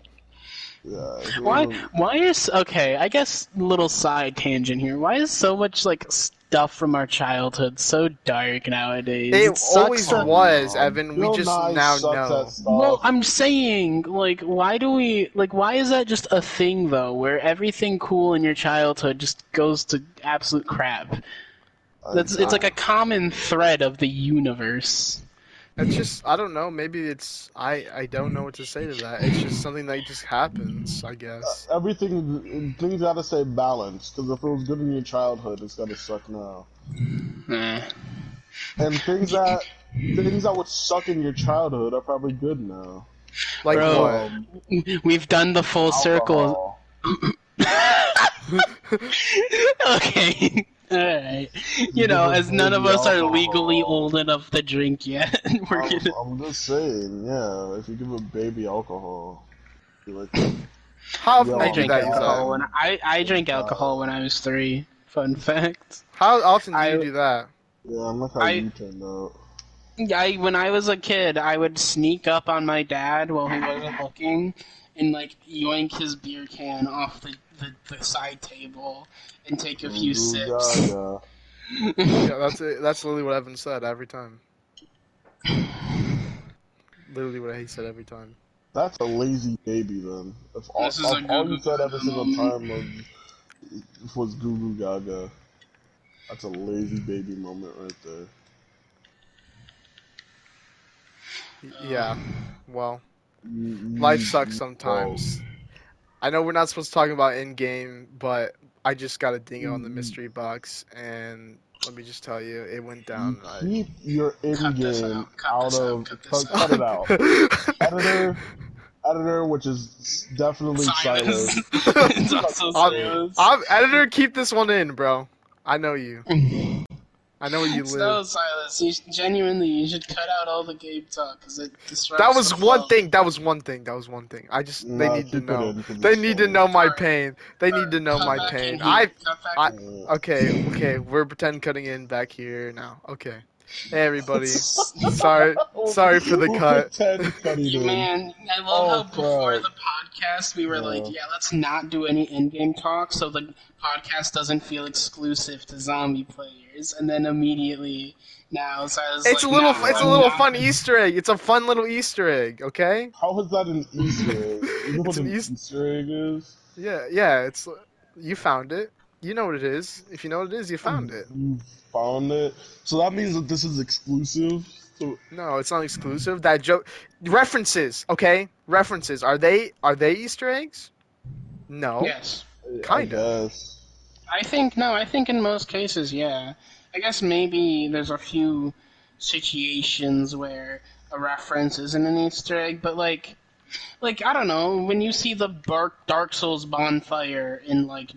B: Yeah. he
C: Why?
B: was-
C: Why is okay? I guess little side tangent here. Why is so much like stuff from our childhood so dark nowadays?
A: It,
C: sucks
A: always
C: that-
A: was, Evan. We
B: Um, Bill
A: just
B: Nye
A: now
B: sucks at
A: know.
B: stuff.
C: Well, I'm saying, like, why do we, like, why is that just a thing, though, where everything cool in your childhood just goes to absolute crap?
A: Uh,
C: That's, it's like a common thread of the universe.
A: It's just I don't know. Maybe it's I I don't know what to say to that. It's just something that just happens, I guess.
B: everything things gotta stay balanced because if it was good in your childhood it's gotta suck now
C: Eh.
B: and things that things that would suck in your childhood are probably good now Um,
A: Like
C: Bro. We've done the full Oh, circle.
B: Alcohol.
C: okay. Alright. You know, as none of us are legally old enough to drink yet, we're
B: I'm,
C: gonna.
B: I'm just saying yeah if you give a baby alcohol you like
A: what? How often
B: Yo,
A: do
C: I
A: oh, you do
C: drank
A: that?
C: alcohol
A: Eli?
C: when I, I drank alcohol when I was three. Fun fact.
A: How often do
C: I-
A: you do that?
B: yeah i'm like how
C: I-
B: you turned out
C: I when I was a kid, I would sneak up on my dad while he wasn't looking, and like yoink his beer can off the, the, the side table and take
B: Oh
C: a few
B: Ooh,
C: sips.
B: gaga.
A: Yeah, that's it. That's literally what Evan said every time. Literally what he said every time.
B: that's a lazy baby then if all,
C: This is
B: if
C: Mm-hmm. a
B: all
C: goo
B: you
C: goo
B: said every
C: gaga
B: single
C: moment.
B: time was, was goo goo gaga that's a lazy baby moment right there
A: Y- Yeah. Well, life
B: Life
A: sucks sometimes. I know we're not supposed to talk about in game, but I just got a dingo on the mystery box, and let me just tell you, it went down right.
B: Keep your in
C: Cut this
B: game
C: out, cut
B: out
C: this out,
B: of
C: cut this
B: cut,
C: out.
B: cut it out. Editor, editor, which is definitely silent.
C: Silence. it's also
A: I'm,
C: silence.
A: I'm- editor, keep this one in, bro. I know you. I know where you
C: It's no
A: live.
C: silence. You should, genuinely, you should cut out all the game talk because it disrupts.
A: That was
C: the
A: one
C: flow.
A: thing. That was one thing. That was one thing. I just they
B: Nah,
A: need to
B: keep it
A: know.
B: in 'cause
A: They
B: it's
A: need to
B: funny.
A: know my
C: Alright.
A: pain. They need to know
C: Cut
A: my
C: back in
A: pain.
C: here,
A: I
C: cut back
A: I-
C: in.
B: Yeah.
A: okay okay. We're pretend cutting in back here now. Okay. Hey everybody. Sorry sorry for the
B: We'll
A: cut.
B: pretend cut it in.
C: Man, I love
B: Oh,
C: how before
B: fuck.
C: the podcast we were like,
B: Yeah.
C: yeah, let's not do any in-game talk so the podcast doesn't feel exclusive to zombie players, and then immediately now so I was
A: It's a
C: like,
A: little
C: "No,
A: it's a
C: I'm
A: little
C: not."
A: fun Easter egg. It's a fun little Easter egg. Okay.
B: How is that an Easter egg? You know
A: It's
B: what
A: an
B: an
A: East-
B: Easter egg is?
A: Yeah yeah. It's you found it. You know what it is. If you know what it is, you
B: Mm.
A: found it.
B: You found it. So that means that this is exclusive. So
A: No, it's not exclusive. That joke references, okay? References. Are they are they Easter eggs? No.
C: Yes,
A: Kinda.
B: I guess.
C: I think no, I think in most cases, yeah. I guess maybe there's a few situations where a reference isn't an Easter egg, but like. like I don't know when you see the Dark Dark Souls bonfire in like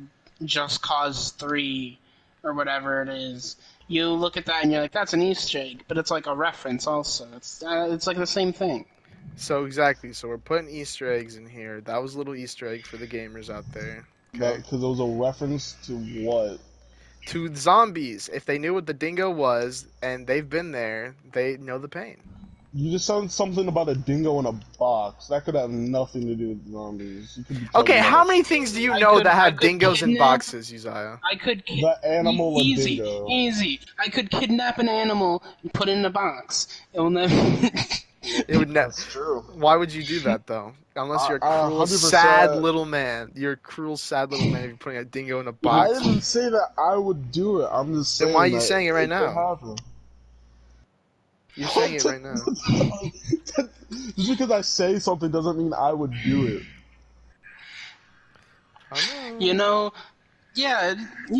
C: Just Cause Three or whatever it is, you look at that and you're like, that's an Easter egg, but it's like a reference also. It's uh, it's like the same thing.
A: So exactly. So we're putting Easter eggs in here. That was a little Easter egg for the gamers out there.
B: Because it was a reference to what?
A: to zombies. If they knew what the dingo was and they've been there, they know the pain.
B: You just said something about a dingo in a box. That could have nothing to do with zombies. You could be talking
A: Okay, how
B: about
A: many things do you
C: I
A: know
C: could-
A: that
C: I
A: have
C: could
A: dingoes in
C: kidnap-
A: boxes, Uzziah?
C: I could ki-
B: The animal of
C: easy,
B: dingo.
C: easy. I could kidnap an animal and put it in a box. It will never.
A: It would never.
D: That's true.
A: Why would you do that though? Unless you're a
B: Uh, uh,
A: cruel,
B: 100%.
A: sad little man. You're a cruel, sad little man if you're putting a dingo in a
B: I
A: box.
B: didn't say that I would do it. I'm just saying.
A: Then why are you
B: that
A: saying it right
B: could
A: now?
B: happen.
A: You're saying it right now.
B: just because I say something doesn't mean I would do it.
A: I know.
C: you know, yeah.
A: I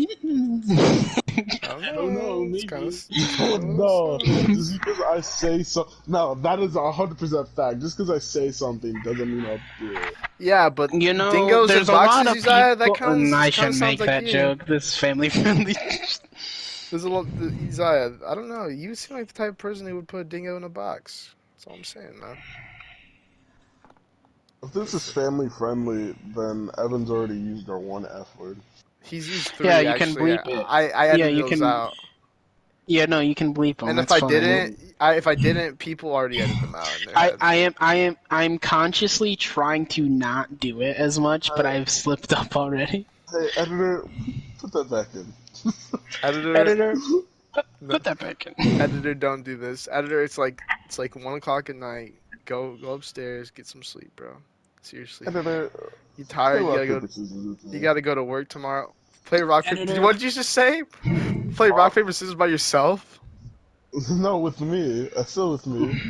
B: don't know,
A: Mm, It's
B: maybe.
A: kinda s-
B: no, just because I say so. No, that is a hundred percent fact. Just because I say something doesn't mean I'll do it.
A: Yeah, but
C: you know,
A: dingoes
C: there's
A: in
C: a lot
A: boxes,
C: of
A: Uzziah. That
C: people-
A: kind of
C: Mm, I
A: sounds
C: should make
A: like
C: that
A: you.
C: joke. This family friendly.
A: There's a lot, Uzziah. I don't know. You seem like the type of person who would put a dingo in a box. That's all I'm saying, man.
B: If this is family friendly, then Evan's already used our one F word.
A: He's used three.
C: Yeah, you can
A: actually.
C: bleep it.
A: I, I edited
C: Yeah, you
A: those
C: can-
A: out.
C: yeah, no, you can bleep them.
A: And if
C: that's
A: I
C: fine.
A: didn't, I, if I didn't, people already edited them out. In their
C: I,
A: head.
C: I am I am I'm consciously trying to not do it as much, but I've slipped up already.
B: Hey, editor, put that back in.
A: editor,
C: Editor,
A: No.
C: put that back in.
A: editor, don't do this. Editor, it's like it's like one o'clock at night. Go go upstairs, get some sleep, bro. Seriously,
B: Editor,
A: you tired? You gotta go. You
B: You
A: gotta go to work tomorrow. Play rock paper.
C: Editor.
A: What did you just say? Play rock paper scissors by yourself.
B: no, with me. That's still with me.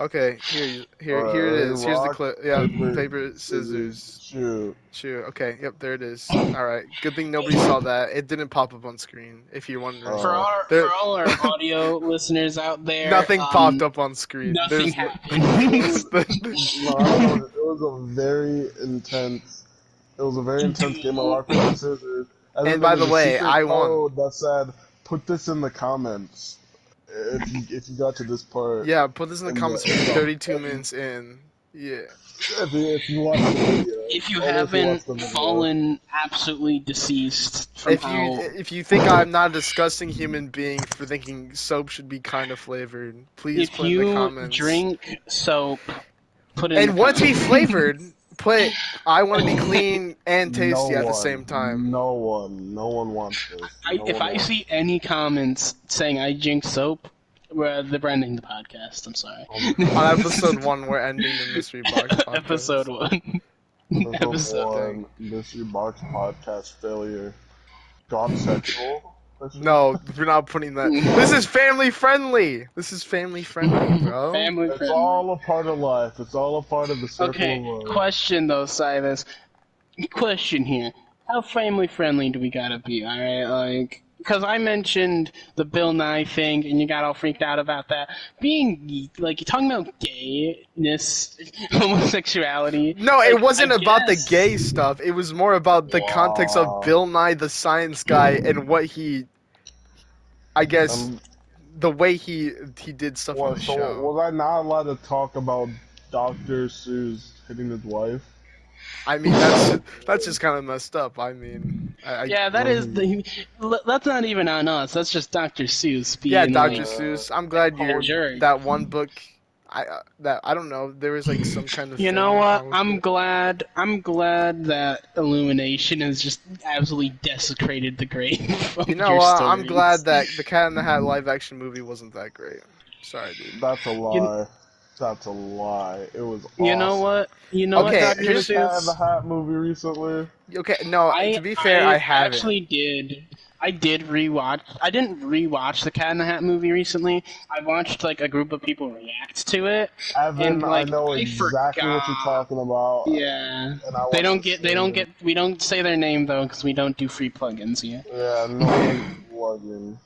A: Okay, here, you- here, here it
B: Uh,
A: is. Here's the
B: rock,
A: clip. Yeah,
B: paper,
A: paper, scissors,
B: Shoot.
A: shoe. Okay, yep, there it is. All right, good thing nobody saw that. It didn't pop up on screen. If you're wondering,
B: Oh.
C: For all our,
A: There-
C: for all our audio listeners out there,
A: nothing
C: um,
A: popped up on screen.
C: Nothing
A: There's-
C: happened.
B: No, I don't know. it was a very intense. It was a very intense game of rock paper scissors.
A: And
B: then there
A: by
B: was
A: the
B: a
A: way,
B: secret
A: I won.
B: code That said, put this in the comments if you, if you got to this part.
A: yeah, put this in the
B: And
A: comments.
B: the-
A: 32 minutes in. Yeah.
B: If you, if you watch the video.
C: if you
B: Only if you
C: haven't
B: watch the video.
C: fallen absolutely deceased from
A: If
C: how
A: you if you think I'm not a disgusting human being for thinking soap should be kind of flavored, please
C: if
A: put in the
C: you
A: comments.
C: drink soap, put it in
A: and
C: the
A: want to be
C: comments.
A: flavored, put I want to be clean and tasty
B: No
A: at the
B: one,
A: same time.
B: No one, no one wants this.
C: I,
B: No
C: if
A: Oh,
B: one
C: I
B: wants-
C: see any comments saying I drink soap, well, they're branding the podcast. I'm sorry.
A: On episode one, we're ending the mystery box. podcast.
C: episode one.
B: Number
C: episode.
B: one, mystery box podcast failure. Gone sexual.
A: No, we're not putting that. This is family friendly. This is family friendly, bro.
C: Family
B: It's
C: friendly.
B: all a part of life. It's all a part of the circle
C: Okay,
B: of life.
C: question though, Silas. Question here. How family friendly do we gotta be, alright? Like, because I mentioned the Bill Nye thing and you got all freaked out about that. Being, like, you're talking about gayness, homosexuality.
A: No,
C: Like,
A: it wasn't
C: I
A: about the
C: guess-
A: gay stuff. It was more about the context
B: Wow.
A: of Bill Nye the Science Guy and what he, I guess,
B: Um,
A: the way he he did stuff on
B: well,
A: the
B: so
A: show.
B: was I not allowed to talk about Dr. Seuss hitting his wife?
A: I mean, that's that's just kind of messed up. I mean, I, I, yeah,
C: Yeah, that is the. l- That's not even on us. That's just Dr. Seuss being. uh,
A: Dr.
C: like,
A: Seuss. I'm glad
C: a
A: you're
C: jerk.
A: that one book. I uh, that I don't know. There was like some kind of.
C: You
A: thing
C: know what?
A: wrong with
C: I'm
A: it.
C: glad. I'm glad that Illumination has just absolutely desecrated the grave. of
A: You know
C: your
A: what? I'm
C: stories.
A: glad that the Cat in the Hat live action movie wasn't that great. Sorry, dude.
B: That's a lie. That's a lie. It was awesome.
C: You know what? You know
A: Okay,
C: what,
B: Have
C: Dr.
B: you
A: here's-
B: seen the Cat in the
C: Seuss?
B: Hat movie recently?
A: Okay, no. to be fair, I, haven't.
C: actually did. I did rewatch. I didn't rewatch the Cat in the Hat movie recently. I watched like a group of people react to it.
B: Evan,
C: And, like,
B: I know
C: I
B: exactly what you're
C: forgot.
B: talking about.
C: Yeah.
B: And I
C: They
B: want
C: don't
B: to
C: get. They don't
B: see
C: get. We don't say their name though, because we don't do free plugins yet.
B: it. Yeah, no one's plugging.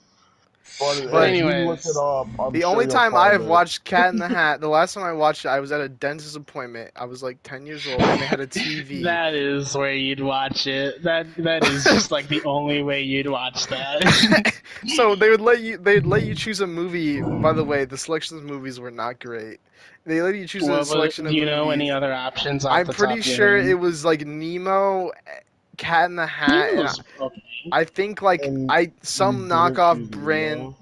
B: But,
A: But
B: if you look
C: anyways,
B: it up. I'm
A: The
B: sure
A: only
B: you'll
A: time
B: find
A: I have
B: it.
A: watched Cat in the Hat, the last time I watched it, I was at a dentist appointment. I was like 10 years old and they had a TV.
C: That is where you'd watch it. That that is just like the only way you'd watch that.
A: so they would let you they'd let you choose a movie. By the way, the selections of movies were not great. They let you choose
C: Well,
A: a
C: but
A: selection
C: do
A: of
C: you
A: movies.
C: know any other options? Off
A: I'm
C: the top
A: pretty
C: of your
A: sure
C: head?
A: it was like Nemo Cat in the Hat. and I, I think like
B: And-
A: I some knockoff brand.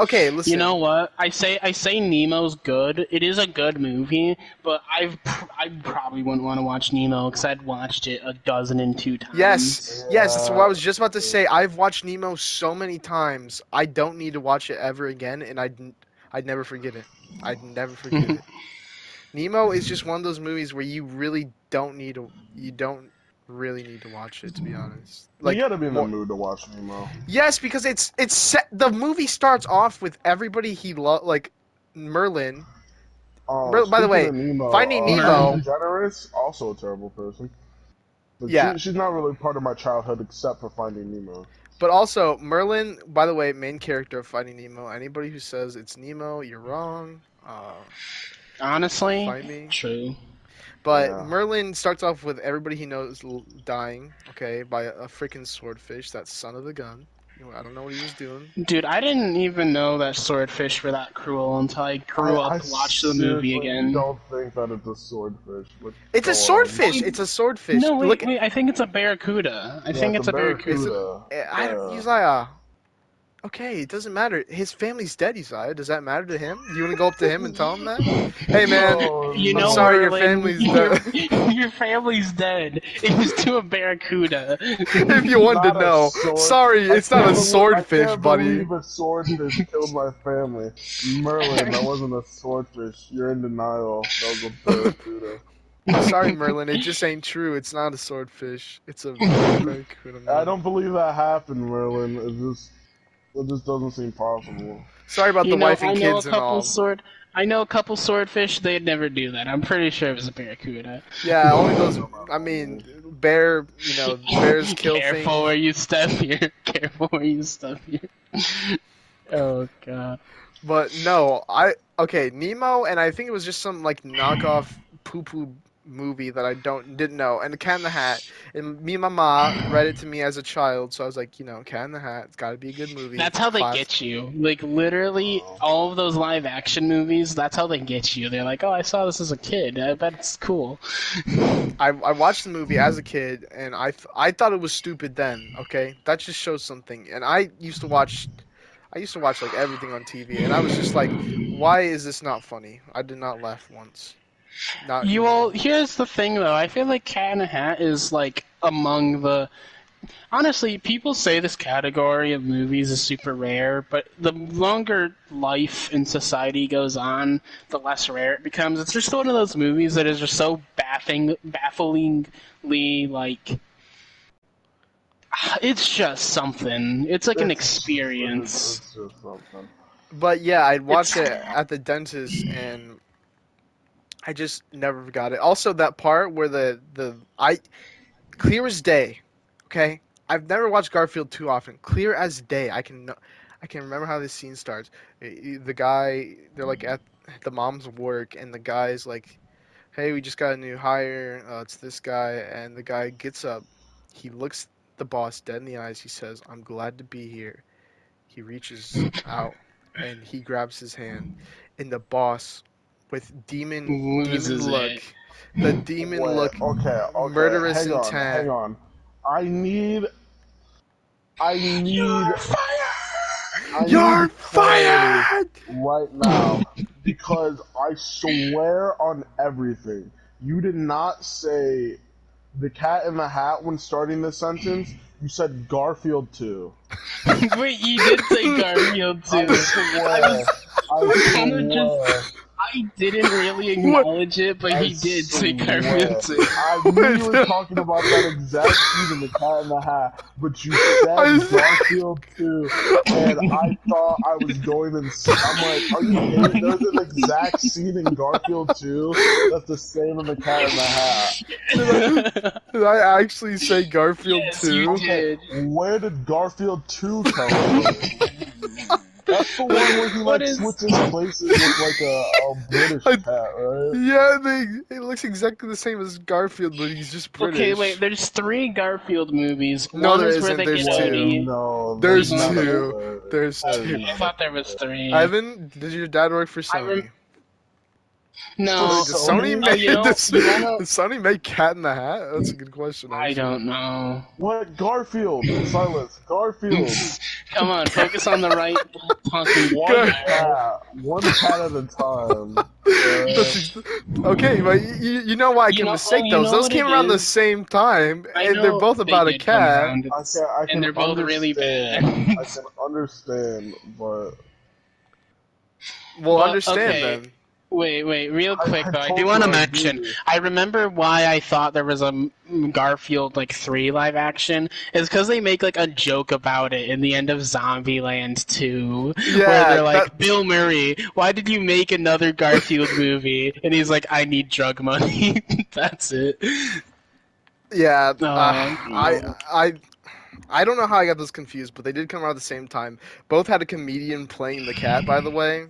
A: Okay, listen.
C: You know what? I say I say Nemo's good. It is a good movie, but I've pr- I probably wouldn't want to watch Nemo because I'd watched it a dozen and two times.
A: Yes, yes, that's what I
B: Yeah.
A: was just about to say. I've watched Nemo so many times. I don't need to watch it ever again, and I'd n- I'd never forget it. I'd never forget it. Nemo is just one of those movies where you really don't need to. You don't really need to watch it, to be honest. Like
B: you gotta be in the
A: what-
B: mood to watch Nemo.
A: yes, because it's it's set, the movie starts off with everybody he lo- like Merlin.
B: Um,
A: Bro, by the way,
B: Nemo,
A: Finding
B: uh,
A: Nemo-
B: Ellen DeGeneres, also a terrible person. But
A: Yeah.
B: she, she's not really part of my childhood except for Finding Nemo.
A: But also Merlin, by the way, main character of Finding Nemo. Anybody who says it's Nemo, you're wrong. Uh,
C: honestly,
A: find me.
C: true.
A: But
B: Yeah.
A: Merlin starts off with everybody he knows l- dying, okay, by a, a freaking swordfish, that son of a gun. You know, I don't know what he was doing.
C: Dude, I didn't even know that swordfish were that cruel until I grew
B: I-
C: up
B: I
C: to watch the movie
B: seriously
C: again.
B: Don't think that it's a swordfish. What's
A: It's a
B: going on?
A: swordfish.
C: Wait.
A: It's a swordfish.
C: No, wait,
A: Look,
C: wait. I think it's a barracuda. I
B: Yeah,
C: think it's a barracuda.
A: at- eh, I don't, he's like, uh, okay, it doesn't matter. His family's dead, Isaiah. Does that matter to him? You want to go up to him and tell him that? Hey, man.
B: Oh, No,
C: You
A: I'm
C: know,
A: sorry, your
C: Merlin,
A: family's
C: your,
A: dead.
C: your family's dead. It was to a barracuda.
A: if you wanted to
B: Not a
A: know.
B: sword-
A: Sorry,
B: I
A: it's not a
B: can't believe- I
A: swordfish,
B: can't
A: buddy.
B: believe a swordfish killed my family. Merlin, that wasn't a swordfish. You're in denial. That was a barracuda.
A: Sorry, Merlin. It just ain't true. It's not a swordfish. It's a barracuda.
B: I
A: man.
B: don't believe that happened, Merlin. It just, it just doesn't seem possible.
A: Sorry about
C: you
A: the
C: know,
A: wife
C: I
A: and
C: know
A: kids
C: a
A: and
C: couple
A: all.
C: sword. I know a couple swordfish. They'd never do that. I'm pretty sure it was a barracuda.
A: Yeah, only those. I mean, bear. You know, bears kill
C: Careful
A: things.
C: where you step here. Careful where you step here. oh god.
A: But no, I okay Nemo, and I think it was just some like knockoff poo poo movie that I don't didn't know. And the Cat in the Hat, and me and my ma read it to me as a child, so I was like, you know, Cat in the Hat, it's got to be a good movie.
C: That's how they
A: Class- Oh.
C: get you. Like literally all of those live action movies, that's how they get you. They're like, "Oh, I saw this as a kid. I bet it's cool."
A: I, I watched the movie as a kid, and I th- I thought it was stupid then. Okay, that just shows something. And I used to watch, I used to watch like everything on TV, and I was just like, why is this not funny? I did not laugh once. Not
C: You all here's the thing though. I feel like Cat in a Hat is like among the Honestly, people say this category of movies is super rare, but the longer life in society goes on, the less rare it becomes. It's just one of those movies that is just so baffling, bafflingly like it's just something. It's like an
B: It's- It's,
C: experience.
B: it's just something.
A: But yeah, I'd watch it
C: It's-
A: at the dentist, and I just never forgot it. Also, that part where the the I clear as day. Okay, I've never watched Garfield too often. Clear as day. I can kno- I can remember how this scene starts. Uh, uh, The guy, they're like at the mom's work, and the guy's like, "Hey, we just got a new hire. Uh, it's this guy." And the guy gets up. He looks the boss dead in the eyes. He says, "I'm glad to be here." He reaches out and he grabs his hand, and the boss, with demon demon
C: Loses
A: look,
C: it.
A: the demon
B: Wait,
A: look.
B: okay, okay,
A: murderous
B: hang
A: intent.
B: On, hang on. I need. I need. I
A: You're
B: need clarity
A: fired!
B: right now because I swear on everything. You did not say the cat in the hat when starting this sentence. You said Garfield too.
C: Wait, you did say Garfield
B: I
C: too.
B: swear. I
C: kinda
B: swear.
C: I didn't really acknowledge it, but he did say
B: swear.
C: Garfield too.
B: I knew you were talking about that exact scene in the cat in the hat, but you
A: I
B: said
A: said-
B: Garfield too, and I thought I was going insane. I'm like, are you kidding? There's an exact scene in Garfield too that's the same in the cat in the hat.
A: Did I actually say Garfield
C: Yes, you
A: too?
C: did.
B: Where did Garfield two come from? That's the one where he
C: What
B: like
C: is-
B: switches places with like a, a British
A: I-
B: cat, right?
A: Yeah, they, it looks exactly the same as Garfield, but he's just British.
C: Okay, wait. There's three Garfield movies.
A: No,
C: One
A: there
C: is where
A: isn't,
C: they
A: there's
C: get
A: two.
C: Odie.
B: No,
A: There's
B: none of
A: two.
B: it.
C: Oh,
A: There's two.
C: I thought there was three.
A: Ivan, did your dad work for Sony?
C: rem- No,
A: Does Sony
B: Sony?
A: make
C: Oh, you know,
A: does-
C: you wanna-
A: does Sony make Cat in the Hat? That's a good question.
C: I
A: actually.
C: don't know.
B: What Garfield? Silas Garfield.
C: Come on, focus on the right fucking
B: One
A: Oh. Gar-
B: cat, one cat at a time.
A: That's ex- okay, but y- you, you know why I
C: You
A: can
C: know-
A: mistake
C: oh, you
A: those.
C: know
A: Those
C: what
A: came
C: it
A: around the
C: is?
A: same time,
C: I
A: and they're
C: know
A: both
C: they
A: about a
C: did come
A: cat.
C: around to
B: I
C: this,
B: can, I can
C: and they're both really bad.
B: understand- I can understand, but
A: Well,
C: Well,
A: understand
C: okay.
A: then.
C: Wait, wait, real
B: I-
C: quick
B: I
C: though, I
B: told
C: do want to
B: you I
C: mention.
B: do.
C: I remember why I thought there was a mm, Garfield like three live action is because they make like a joke about it in the end of Zombieland two, where
A: Yeah,
C: they're like,
A: that-
C: "Bill Murray, why did you make another Garfield movie?" And he's like, "I need drug money." That's it.
A: Yeah, uh,
C: Oh,
A: I,
C: no.
A: I, I don't know how I got those confused, but they did come around at the same time. Both had a comedian playing the cat, by the way.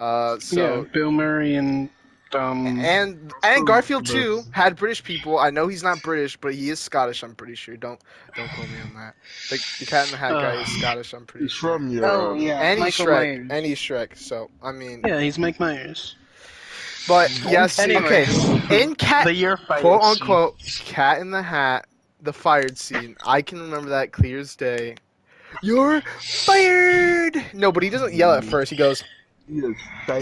A: Uh,
C: yeah,
A: so
C: Bill Murray and um.
A: and and Garfield too had British people. I know he's not British, but he is Scottish. I'm pretty sure. Don't don't quote me on that. The, the cat in the hat guy is Scottish. I'm pretty
B: he's
A: sure.
B: from Europe.
C: oh yeah,
A: Any
C: Uh, Michael
A: Shrek,
C: Myers.
A: any Shrek. So I mean,
C: Yeah, he's Mike Myers.
A: but yes,
C: Anyways.
A: okay. In
C: The
A: cat,
C: year fighting
A: quote
C: scene.
A: unquote, Cat in the Hat, the fired scene. I can remember that clear as day. You're fired. No, but he doesn't yell
B: Hmm.
A: at first. He goes
B: He is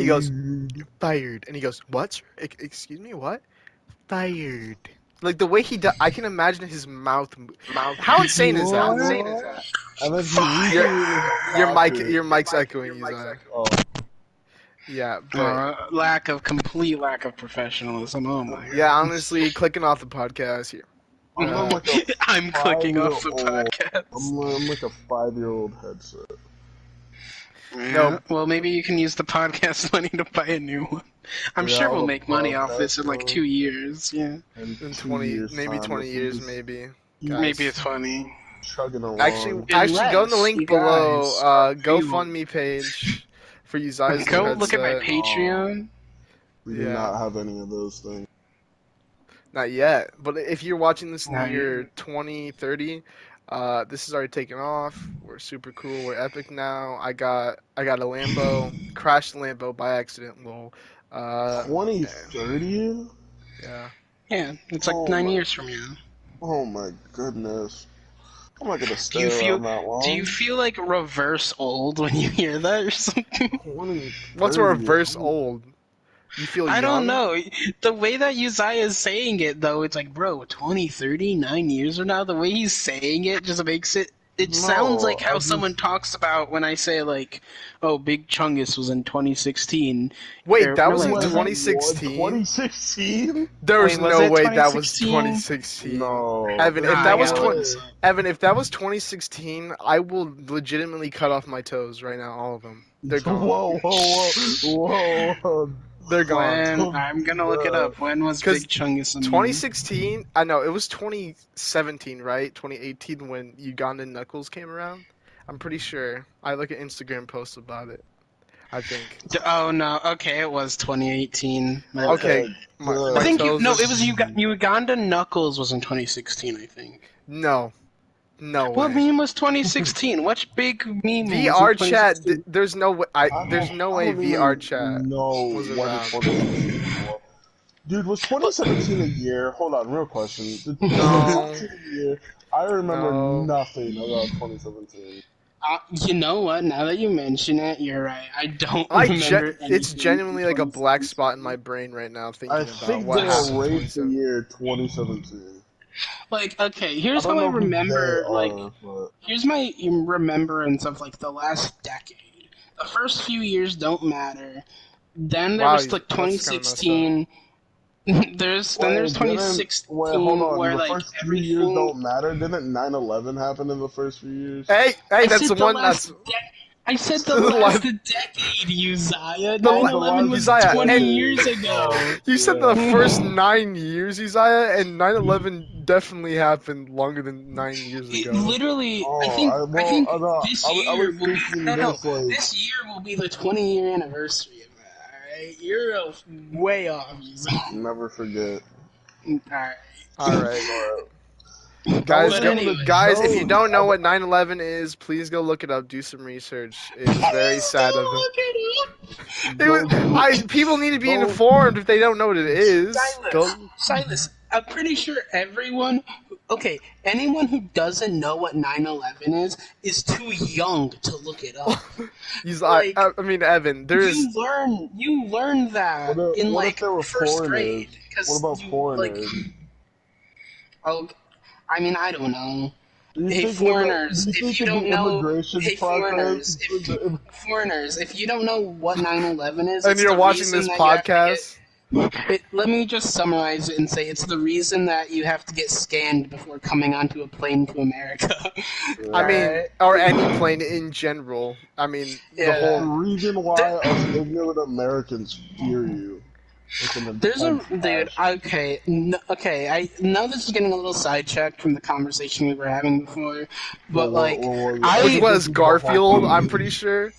A: He goes-
B: fine.
A: fired, and he goes what? sir? E- excuse me, what? Fired. Like the way he, do- I can imagine his mouth. mo- mouth how insane is that?
B: What?
A: How insane is that?
B: And then he
A: Your- Your mic,
B: Soccer.
A: your mic's echoing. you Zach.
B: Oh,
A: Yeah, but.
C: Uh, lack of complete lack of professionalism. Oh my.
A: Yeah, honestly, clicking off the podcast here.
B: I'm on like a,
C: God. Uh, I'm clicking off the
B: five-year-old.
C: podcast.
B: I'm on like a five-year-old headset.
A: No.
C: Yeah, Well, maybe you can use the podcast money to buy a new one. I'm
B: Yeah,
C: sure we'll
B: I'll
C: make money off
B: podcast
C: this in like
B: money.
C: two years. Yeah.
A: In
B: two
A: twenty,
B: years'
A: maybe
B: time,
A: twenty
B: if you
A: years,
B: just
A: maybe.
C: Maybe
A: Guys.
C: it's funny.
B: chugging along.
A: Actually, actually, go in the
C: Unless
A: link
C: you
A: below.
C: guys
A: Uh,
C: feel-
A: GoFundMe page for you guys.
C: Go look at my
B: uh,
C: Patreon.
B: we do
A: yeah.
B: not have any of those things.
A: Not yet, but if you're watching this in the
C: Not
A: year 2030, uh, this is already taken off. We're super cool. We're epic now. I got, I got a Lambo. crashed the Lambo by accident. Lol. Uh,
B: Twenty thirty?
A: yeah.
C: Yeah, it's like
B: Oh
C: nine
B: my-
C: years from now.
B: Oh my goodness! I'm not gonna stay
C: you
B: around
C: feel-
B: that long.
C: Do you feel like reverse old when you hear that or something?
B: 20,
A: What's a
B: 30.
A: reverse old? You feel?
C: I
A: young?
C: don't know. The way that Uzziah is saying it, though, it's like, bro, 20, 30, nine years from now, the way he's saying it just makes it. It
B: No,
C: sounds like
B: I
C: how
B: just-
C: someone talks about when I say, like, oh, Big Chungus was in 2016.
A: Wait,
C: They're-
A: that
C: they're
A: was in
C: like-
A: 2016.
B: 2016?
A: There was
C: Wait, was
A: no
C: it
A: way that was
C: 2016?
A: 2016.
B: No.
A: Evan, if
C: Ah,
A: that was
C: yeah.
A: 20, Evan, if that was 2016, I will legitimately cut off my toes right now, all of them. They're gone.
B: Whoa, whoa, whoa, whoa, whoa.
A: They're gone.
C: When, I'm going to look it up. When was
A: 'Cause
C: Big Chungus in
A: 2016, I know it was 2017, right? 2018 when Ugandan Knuckles came around. I'm pretty sure. I look at Instagram posts about it. I think.
C: D- Oh, no. Okay, it was 2018. My-
A: Okay. My,
B: I
A: my
C: I think you,
A: toes
C: no,
A: are-
C: it was Uga- Uganda Knuckles was in 2016, I think.
A: no, no.
C: What
A: way.
C: meme was 2016? Which big meme?
A: VR
C: was in
A: chat.
C: 2016?
A: th- There's no way. I, there's no way VR chat.
B: No,
A: was around.
B: Dude, was 2017 a year? Hold on, real question. Did- was
A: No.
B: 2017 a year? I remember
A: No.
B: nothing about 2017.
C: Uh, you know what? Now that you mention it, you're right. I don't
A: I ge-
C: remember.
A: it's
C: anything
A: genuinely
C: from
A: like a
C: 2016.
A: black spot in my brain right now thinking
B: I
A: about
B: think
A: what
B: they
A: happened. in
B: erased the
A: 2017.
B: year 2017.
C: Like okay,
B: I
C: here's
B: don't
C: how I
B: know who uh, they
C: remember.
B: are,
C: Like
B: but-
C: here's my remembrance of like the last decade. The first few years don't matter. Then there
A: Wow,
C: was
A: you-
C: like
A: that's kinda messed up.
C: 2016. there's then
B: Wait,
C: there's
B: didn't-
C: 2016
B: Wait, hold on.
C: where
B: the
C: like
B: first few
C: everything.
B: years don't matter. Didn't 9/11 happen in the first few years?
A: Hey, hey,
C: I
A: that's
C: said
A: the one.
C: last
A: That's
C: de- I said the
A: The
C: last decade, Uzziah.
A: The la-
C: 9/11 Oh, was
A: Uzziah,
C: 20
A: and-
C: years ago.
A: uh, you said
B: Oh, Yeah.
A: the first nine years, Isaiah, and 9/11 definitely happened longer than nine years
C: It
A: ago.
C: literally,
B: Oh,
C: I think,
B: I-
C: I,
B: well,
C: think
B: I know,
C: this
B: I was- I
C: year
B: was
C: will be,
B: thinking
C: no, no,
B: this, like-
C: this year will be the 20 year anniversary of that. All right, you're a f- way off. you son.
B: Never forget.
C: All right,
A: All right.
B: Alright.
A: guys,
C: But
A: go-
C: anyway.
A: guys, if you
B: No.
A: don't know what 9/11 is, please go look it up. Do some research. It's very sad of it. It was- I, people need to be
B: Go-
A: informed if they don't know what it is.
C: Silence.
A: Go,
C: Silas, I'm pretty sure everyone, okay, anyone who doesn't know what 9/11 is is too young to look it up.
A: he's
C: Like-
A: I, I mean, Evan. There is
C: you learn, you learn that
B: What if-
C: in
B: what if
C: like
B: they were
C: first
B: foreigners?
C: grade. 'cause
B: What about
C: you,
B: foreigners?
C: Like, oh, I mean, I don't know.
B: Do you
C: Hey,
B: think with the-
C: foreigners,
B: do
C: if
B: think
C: you
B: with
C: don't
B: the
C: know-
B: immigration
C: hey, foreigners,
B: progress,
C: if- Foreigners, if you don't know what 9/11 is,
A: and
C: it's
A: you're
C: the
A: watching
C: reason
A: this
C: that you have to get-
A: podcast.
C: It, let me just summarize it and say it's the reason that you have to get scanned before coming onto a plane to America.
A: I mean,
C: Alright.
A: or any plane in general. I mean,
C: Yeah.
A: the
B: the
A: whole.
B: reason why us ignorant Americans fear you. is an
C: there's a
B: intense
C: dude.
B: passion.
C: Okay, n- okay. I know this is getting a little sidetracked from the conversation we were having before,
B: Well,
C: but like,
B: well, well,
C: I-
A: Which was
B: Well,
A: Garfield, I'm pretty sure.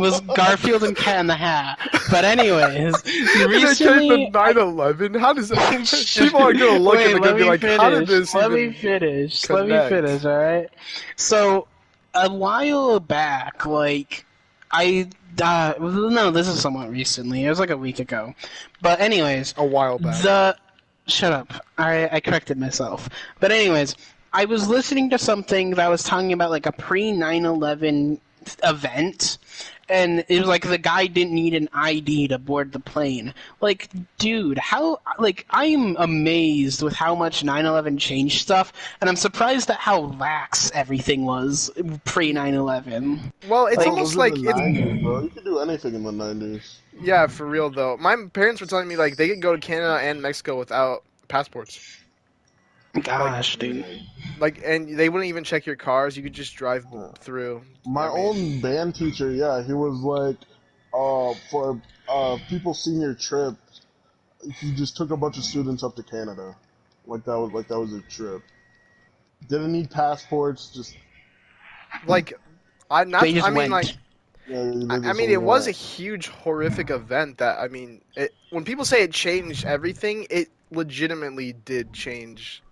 C: was Garfield and Cat in the Hat. But anyways,
A: Recently,
C: recently.
A: the 9/11. How does that? people are gonna look
C: Wait,
A: and they're
C: let
A: gonna be
C: me
A: like,
C: finish.
A: "How did this
C: Let
A: even?"
C: me finish. Let
A: connect?
C: me finish. All right. So a while back, like I uh, no, this is somewhat recently. It was like a week ago. But anyways,
A: A while back.
C: the shut up. I I corrected myself. But anyways, I was listening to something that was talking about like a pre 9/11 event and it was like the guy didn't need an ID to board the plane. Like dude, how like I'm amazed with how much 9/11 changed stuff and I'm surprised at how lax everything was pre 9/11.
A: well, it's
C: like,
A: almost
B: it was
A: like
B: in the
A: it's
B: 90s, bro. You could do anything in the 90s.
A: Yeah, for real though. My parents were telling me like they could go to Canada and Mexico without passports.
C: Gosh, dude.
A: Like and they wouldn't even check your cars. You could just drive
B: Huh.
A: through.
B: My
A: I mean-
B: own band teacher, yeah, he was like, uh, for uh, people senior trip, he just took a bunch of students up to Canada, like that was like that was a trip. Didn't need passports, just.
A: Like I not
C: They just
A: I mean
C: went.
A: like
B: Yeah, they
A: I,
B: just
A: I mean
B: went
A: it was a
B: out.
A: huge horrific event that I mean it when people say it changed everything, it legitimately did change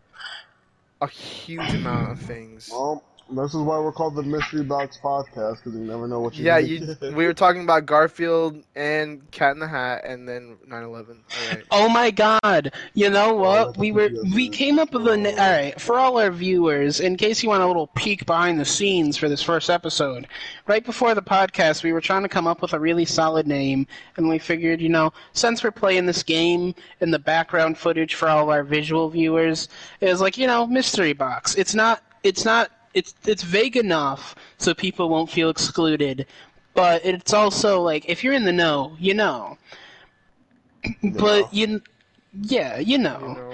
A: a huge amount of things.
B: Well, this is why we're called the Mystery Box Podcast because you never know what you.
A: Yeah,
B: gonna
A: you
B: get.
A: we were talking about Garfield and Cat in the Hat and then 9/11. All right.
C: Oh my god! You know what? We were we came up with a na- all right for all our viewers. In case you want a little peek behind the scenes for this first episode, right before the podcast, we were trying to come up with a really solid name, and we figured, you know, since we're playing this game in the background footage for all our visual viewers, it was like you know, mystery box. It's not. It's not. It's it's vague enough so people won't feel excluded, but it's also like if you're in the know, you know. But you, kn- yeah, you
A: You
C: know.
A: know.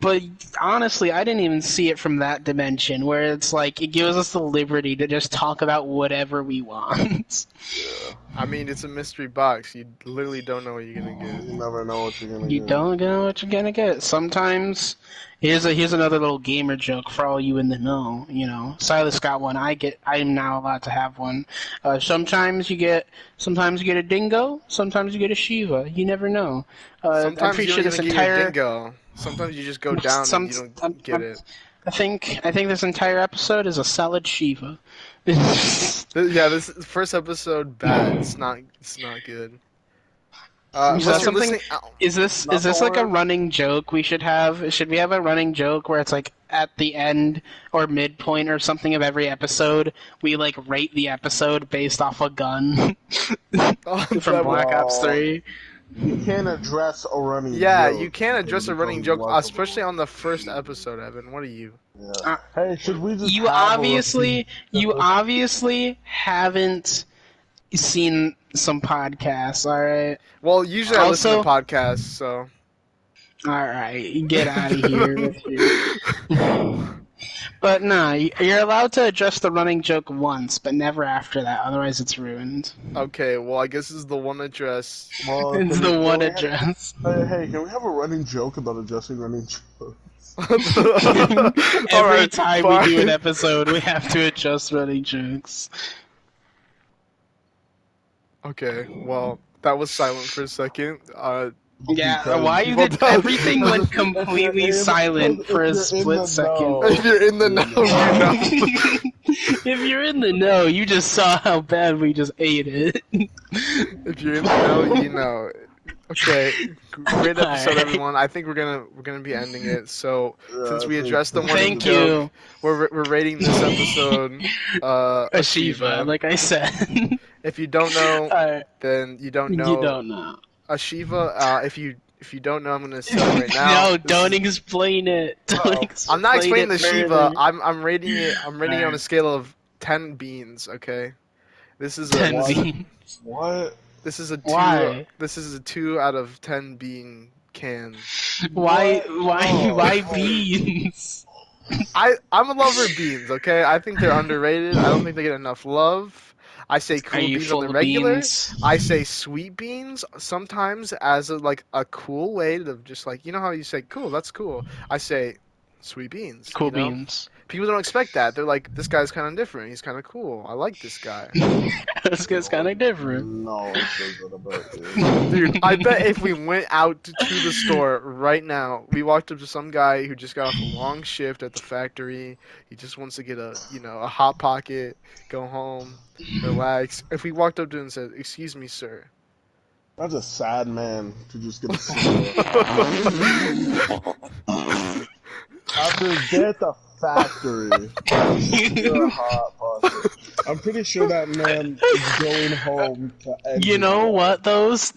C: But honestly, I didn't even see it from that dimension where it's like it gives us the liberty to just talk about whatever we want.
A: I mean, it's a mystery box. You literally don't know what you're gonna get.
B: You never know what you're gonna.
C: you
B: get.
C: don't know what you're gonna get. Sometimes here's a here's another little gamer joke for all you in the know. You know, Silas got one. I get. I am now allowed to have one. Uh, sometimes you get. Sometimes you get a dingo. Sometimes you get a Shiva. You never know. Uh, I'm
A: Sometimes
C: pretty
A: you
C: sure
A: don't
C: this
A: even
C: entire.
A: get your dingo. Sometimes you just go down
C: Some-
A: and you don't
C: um,
A: get
C: um,
A: it.
C: I think I think this entire episode is a solid Shiva.
A: Th- yeah, this first episode bad. It's not. It's not good. Uh, unless
C: Is that
A: you're
C: something-
A: listening- ow.
C: is this
B: Not
C: is this like a
B: hard.
C: running joke we should have? Should we have a running joke where it's like at the end or midpoint or something of every episode we like rate the episode based off a gun
A: Oh,
C: from
A: that-
C: Black Ops Three?
B: You can't address a running.
A: yeah,
B: joke.
A: you can't address a
B: It's
A: running
B: always
A: joke,
B: laughable.
A: especially on the first episode, Evan. What are you?
B: Yeah.
C: Uh,
B: hey, should we just?
C: You
B: have a
C: obviously you
B: Yeah.
C: obviously haven't seen some podcasts, all right?
A: Well, usually I listen to
C: Also-
A: podcasts, so
C: All right, get out of here. with you. but nah, y- you're allowed to address the running joke once, but never after that. Otherwise, it's ruined.
A: okay. Well, I guess this is the one address.
B: Well,
C: It's
B: can we-
C: the
B: can
C: one
B: we-
C: address.
B: Hey, hey, can we have a running joke about addressing running jokes?
A: All
C: Every
A: right,
C: time
A: bye.
C: we do an episode, we have to adjust running jokes.
A: Okay, well, that was silent for a second. Uh,
C: Yeah,
B: Because
C: why
A: people
C: did
A: don't-
C: everything went
B: If you're
C: completely
B: in-
C: silent
B: if
C: for a
B: you're in
C: split
B: the
C: second?
B: know-
A: If you're in the know, you know.
C: if you're in the know, you just saw how bad we just ate it.
A: If you're in the know, you know. Okay, great episode,
C: Alright.
A: everyone. I think we're gonna we're gonna be ending it. So
B: Yeah,
A: Since
B: I
A: we
B: think-
A: addressed the one-
C: Thank
A: joke.
C: you,
A: we're we're rating this episode. Uh,
C: Ashiva. Like I said,
A: If you don't know,
C: Alright,
A: then you don't
C: you
A: know.
C: don't know.
A: Ashiva. Uh, if you if you don't know, I'm gonna say it right now.
C: no,
A: This
C: don't
A: is-
C: explain it. Don't
B: Oh,
A: I'm not explaining
C: explain it
A: the Shiva.
C: further.
A: I'm I'm rating it. I'm rating it on a
C: Alright.
A: scale of ten beans. Okay, this is a
B: why-
C: Tenzin.
B: What?
A: this is a two.
C: Why?
A: This is a two out of ten bean can.
C: Why?
B: What?
C: Why?
B: Oh,
C: Why
B: oh.
C: beans?
A: I I'm a lover of beans. Okay, I think they're underrated. I don't think they get enough love. I say cool
C: Are you
A: beans on
C: full
A: the
C: of
A: regular.
C: beans?
A: I say sweet beans sometimes as a, like a cool way to just like you know how you say cool that's cool. I say sweet beans.
C: Cool
A: you know?
C: beans.
A: People don't expect that. They're like this guy's kind of different. He's kind of cool. I like this guy.
C: That's kind of different.
B: No, it says that about you.
A: Dude, I bet if we went out to, to the store right now, we walked up to some guy who just got off a long shift at the factory. He just wants to get a, you know, a hot pocket, go home, relax. If we walked up to him and said, "Excuse me, sir,"
B: That's a sad man to just get a cigarette. After get the factory. You're a hot pocket. I'm pretty sure that man is going home to end
C: You know
B: it.
C: what, those?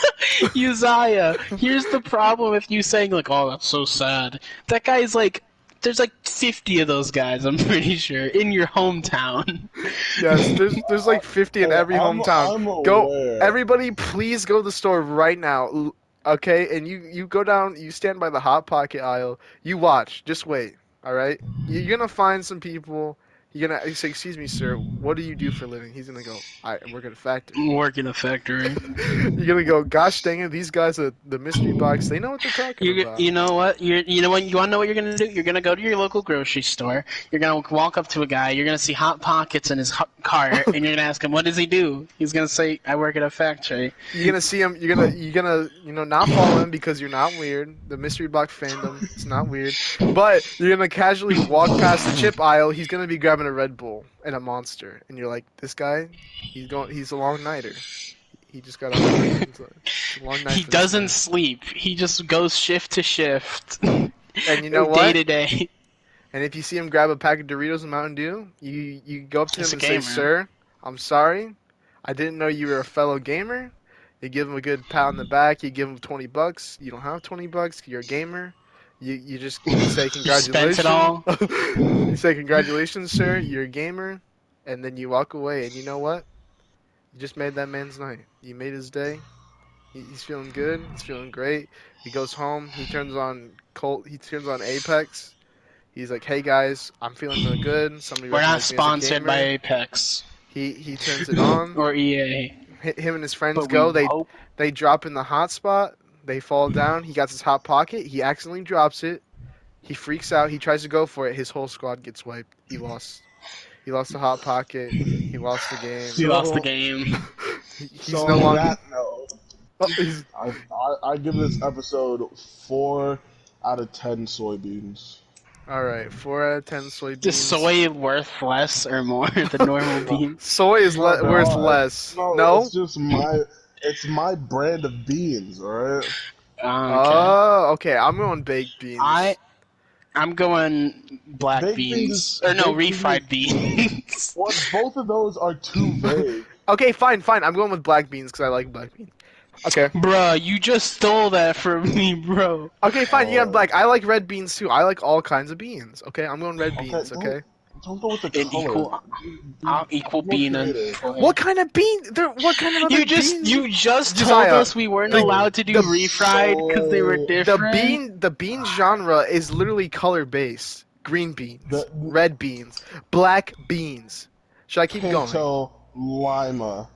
C: Uzziah, here's the problem with you saying, like, oh, that's so sad. That guy's like, there's like 50 of those guys, I'm pretty sure, in your hometown.
A: yes, there's there's like 50 in
B: Oh,
A: every
B: I'm-
A: hometown.
B: I'm
A: Go-
B: aware.
A: Everybody, please go to the store right now. l- Okay, and you you go down, you stand by the hot pocket aisle. You watch, just wait. All right, you're gonna find some people. You're gonna say, "Excuse me, sir, what do you do for a living?" He's gonna go, "I work at a factory."
C: Work in a factory.
A: You're gonna go, "Gosh dang it, these guys at the mystery box, they know what they're talking
C: You
A: about."
C: you know what you you know what you want to know what you're gonna do. You're gonna go to your local grocery store. You're gonna walk up to a guy. You're gonna see hot pockets in his hot cart, and you're gonna ask him, "What does he do?" He's gonna say, "I work at a factory."
A: You're gonna see him. You're gonna you're gonna you know not follow him because you're not weird. The mystery box fandom, it's not weird. But you're gonna casually walk past the chip aisle. He's gonna be grabbing a Red Bull and a Monster, and you're like, this guy, he's going, he's a long nighter. He just got a it's a- it's a long night.
C: He
A: for this
C: doesn't sleep. He just goes shift to shift,
A: guy. And you know
C: day
A: what?
C: to day.
A: And if you see him grab a pack of Doritos and Mountain Dew, you you go up to
C: He's
A: him and
C: a
A: say,
C: gamer.
A: "Sir, I'm sorry, I didn't know you were a fellow gamer." You give him a good pat on the back. You give him twenty bucks. You don't have twenty bucks. You're a gamer. You you just say congratulations.
C: spent it all.
A: you say congratulations, sir. You're a gamer, and then you walk away. And you know what? You just made that man's night. You made his day. He, he's feeling good. He's feeling great. He goes home. He turns on Colt. He turns on Apex. He's like, "Hey guys, I'm feeling really good. Somebody
C: We're
A: recognized
C: not
A: me as a
C: sponsored by
A: gamer."
C: Apex
A: He he turns it on.
C: or EA.
A: Hi- Him and his friends
C: But
A: go.
C: we
A: They
C: hope
A: they drop in the hot spot. They fall down. He got his hot pocket. He accidentally drops it. He freaks out. He tries to go for it. His whole squad gets wiped. He lost. He lost the hot pocket. He lost the game.
C: we lost the game.
A: He- He's
B: So
A: no
B: on
A: longer.
B: that note,
A: Oh, he's-
B: I, I, I give this episode four out of ten soybeans.
A: all right, four out of ten soybeans.
C: Is soy worth less or more than normal beans?
A: Soy is le-
B: No,
A: worth
B: it's-
A: less.
B: No,
A: No.
B: it's just my it's my brand of beans, alright?
C: Oh, okay.
A: Oh, okay. I'm going baked beans.
C: I I'm going black
B: Baked
C: beans
B: beans-
C: or no
B: baked
C: refried beans.
B: Well, both of those are too vague.
A: Okay, fine, fine. I'm going with black beans because I like black beans. Okay.
C: Bruh, you just stole that from me, bro.
A: Okay, fine. You have
B: Oh.
A: black. I like red beans too. I like all kinds of beans. Okay, I'm going red beans.
B: don't-
A: Okay.
B: Don't go with the
C: An
B: color.
C: equal, I'll equal
B: Look
C: bean
B: at
C: and
B: it.
C: soy.
A: What kind of bean? There, what kind of other
C: You just
A: beans?
C: you just told
A: Josiah,
C: us we weren't
A: the-
C: allowed to do
A: the-
C: refried because they were
B: The
A: the
C: different.
A: bean the bean genre is literally color based. Green beans,
B: The-
A: red beans, black beans. Should I keep going?
B: Pinto lima.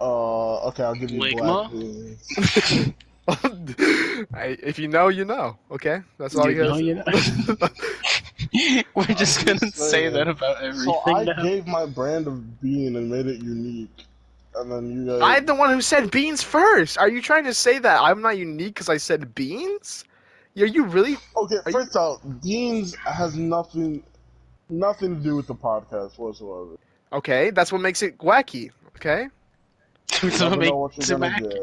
B: Uh, okay, I'll give you
C: Ligma?
B: black beans.
A: I, if you know, you know. Okay, that's all
C: You
A: you
C: know,
A: guys.
C: you know. we're just gonna
B: just
C: say
B: saying.
C: that about
B: So
C: everything
B: I
C: now.
B: gave my brand of bean and made it unique. and then you guys.
A: I'm the one who said beans first. Are you trying to say that I'm not unique because I said beans? Are you really?
B: Okay,
A: Are you-
B: first out, Dean's has nothing, nothing to do with the podcast whatsoever.
A: Okay, that's what makes it wacky. Okay.
C: so
B: Never
C: make
B: know what
C: so
B: you're gonna
C: make-
B: get.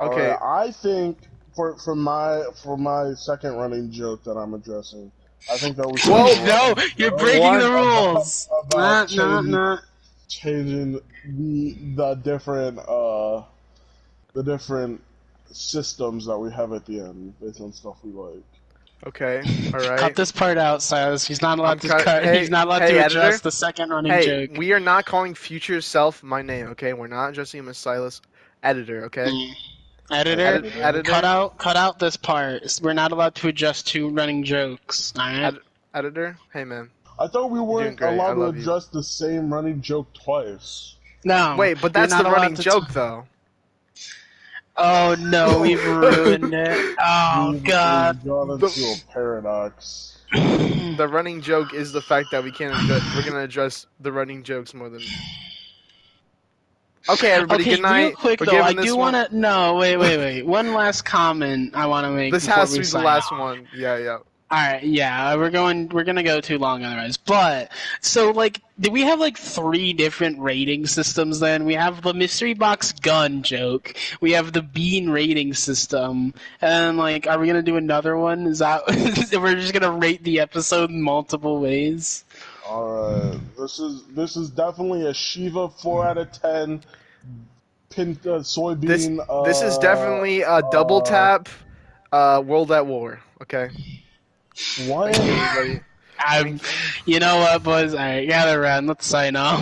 A: Okay.
B: Alright, I think for for my for my second running joke that I'm addressing, I think that we should
A: Whoa,
B: do
C: no, you're breaking
A: One
C: the rules. Nah,
B: about
C: nah,
B: changing,
C: nah.
B: changing the the different uh the different systems that we have at the end based on stuff we like.
A: Okay. All
C: Cut
A: right.
C: this part out, Silas. He's not allowed
A: I'm
C: to
A: cut-
C: cut.
A: hey,
C: He's not allowed
A: hey,
C: to address
A: editor.
C: the second running
A: Hey,
C: joke.
A: we are not calling future self my name. Okay, we're not addressing him as Silas, editor. Okay.
C: Mm. Editor,
A: Edit- editor?
C: cut out, cut out this part. We're not allowed to adjust two running jokes. All right.
A: Ed- Editor. Hey man.
B: I thought we
A: doing
B: weren't
A: great. I
B: allowed to
A: love you.
B: address the same running joke twice.
C: no.
A: Wait,
C: you're
A: but that's
C: not
A: the
C: allowed
A: running
C: to t-
A: joke though.
C: oh no, we've ruined it. Oh
B: We've-
C: god.
B: we've gone
A: The-
B: into a paradox.
A: The running joke is the fact that we can't. Address, we're gonna address the running jokes more than. Okay, everybody.
C: okay,
A: good night.
C: real quick
A: We're
C: though,
A: giving
C: I
A: this
C: do
A: one-
C: want to. No, wait, wait, wait. One last comment I want to make.
A: This
C: before
A: has
C: we
A: to be the
C: sign
A: last
C: off.
A: one. Yeah, yeah.
C: All right, yeah, we're going. We're gonna go too long otherwise. But so, like, do we have like three different rating systems? Then we have the mystery box gun joke. We have the bean rating system, and like, are we gonna do another one? Is that we're just gonna rate the episode in multiple ways?
B: Alright, this is this is definitely a Shiva four out of ten. Pin uh, soybean. uh,
A: This is definitely a double
B: uh,
A: tap. Uh, World at War. Okay.
B: What?
A: Thank you, everybody.
C: I'm, you know what, boys? All right, gather around. Let's sign off.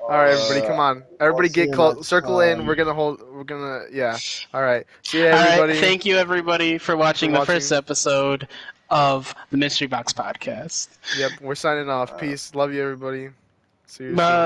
A: All right, everybody, come on. Everybody,
B: I'll see
A: get
B: you
A: close.
B: next
A: Circle in.
B: time.
A: We're gonna hold. We're gonna. Yeah. All right. See you,
C: All right,
A: everybody.
C: thank you everybody for watching
A: For
C: the first
A: watching.
C: episode of the mystery box podcast.
A: Yep. We're signing off. Peace. Love you, everybody. See you. soon.
C: Bye.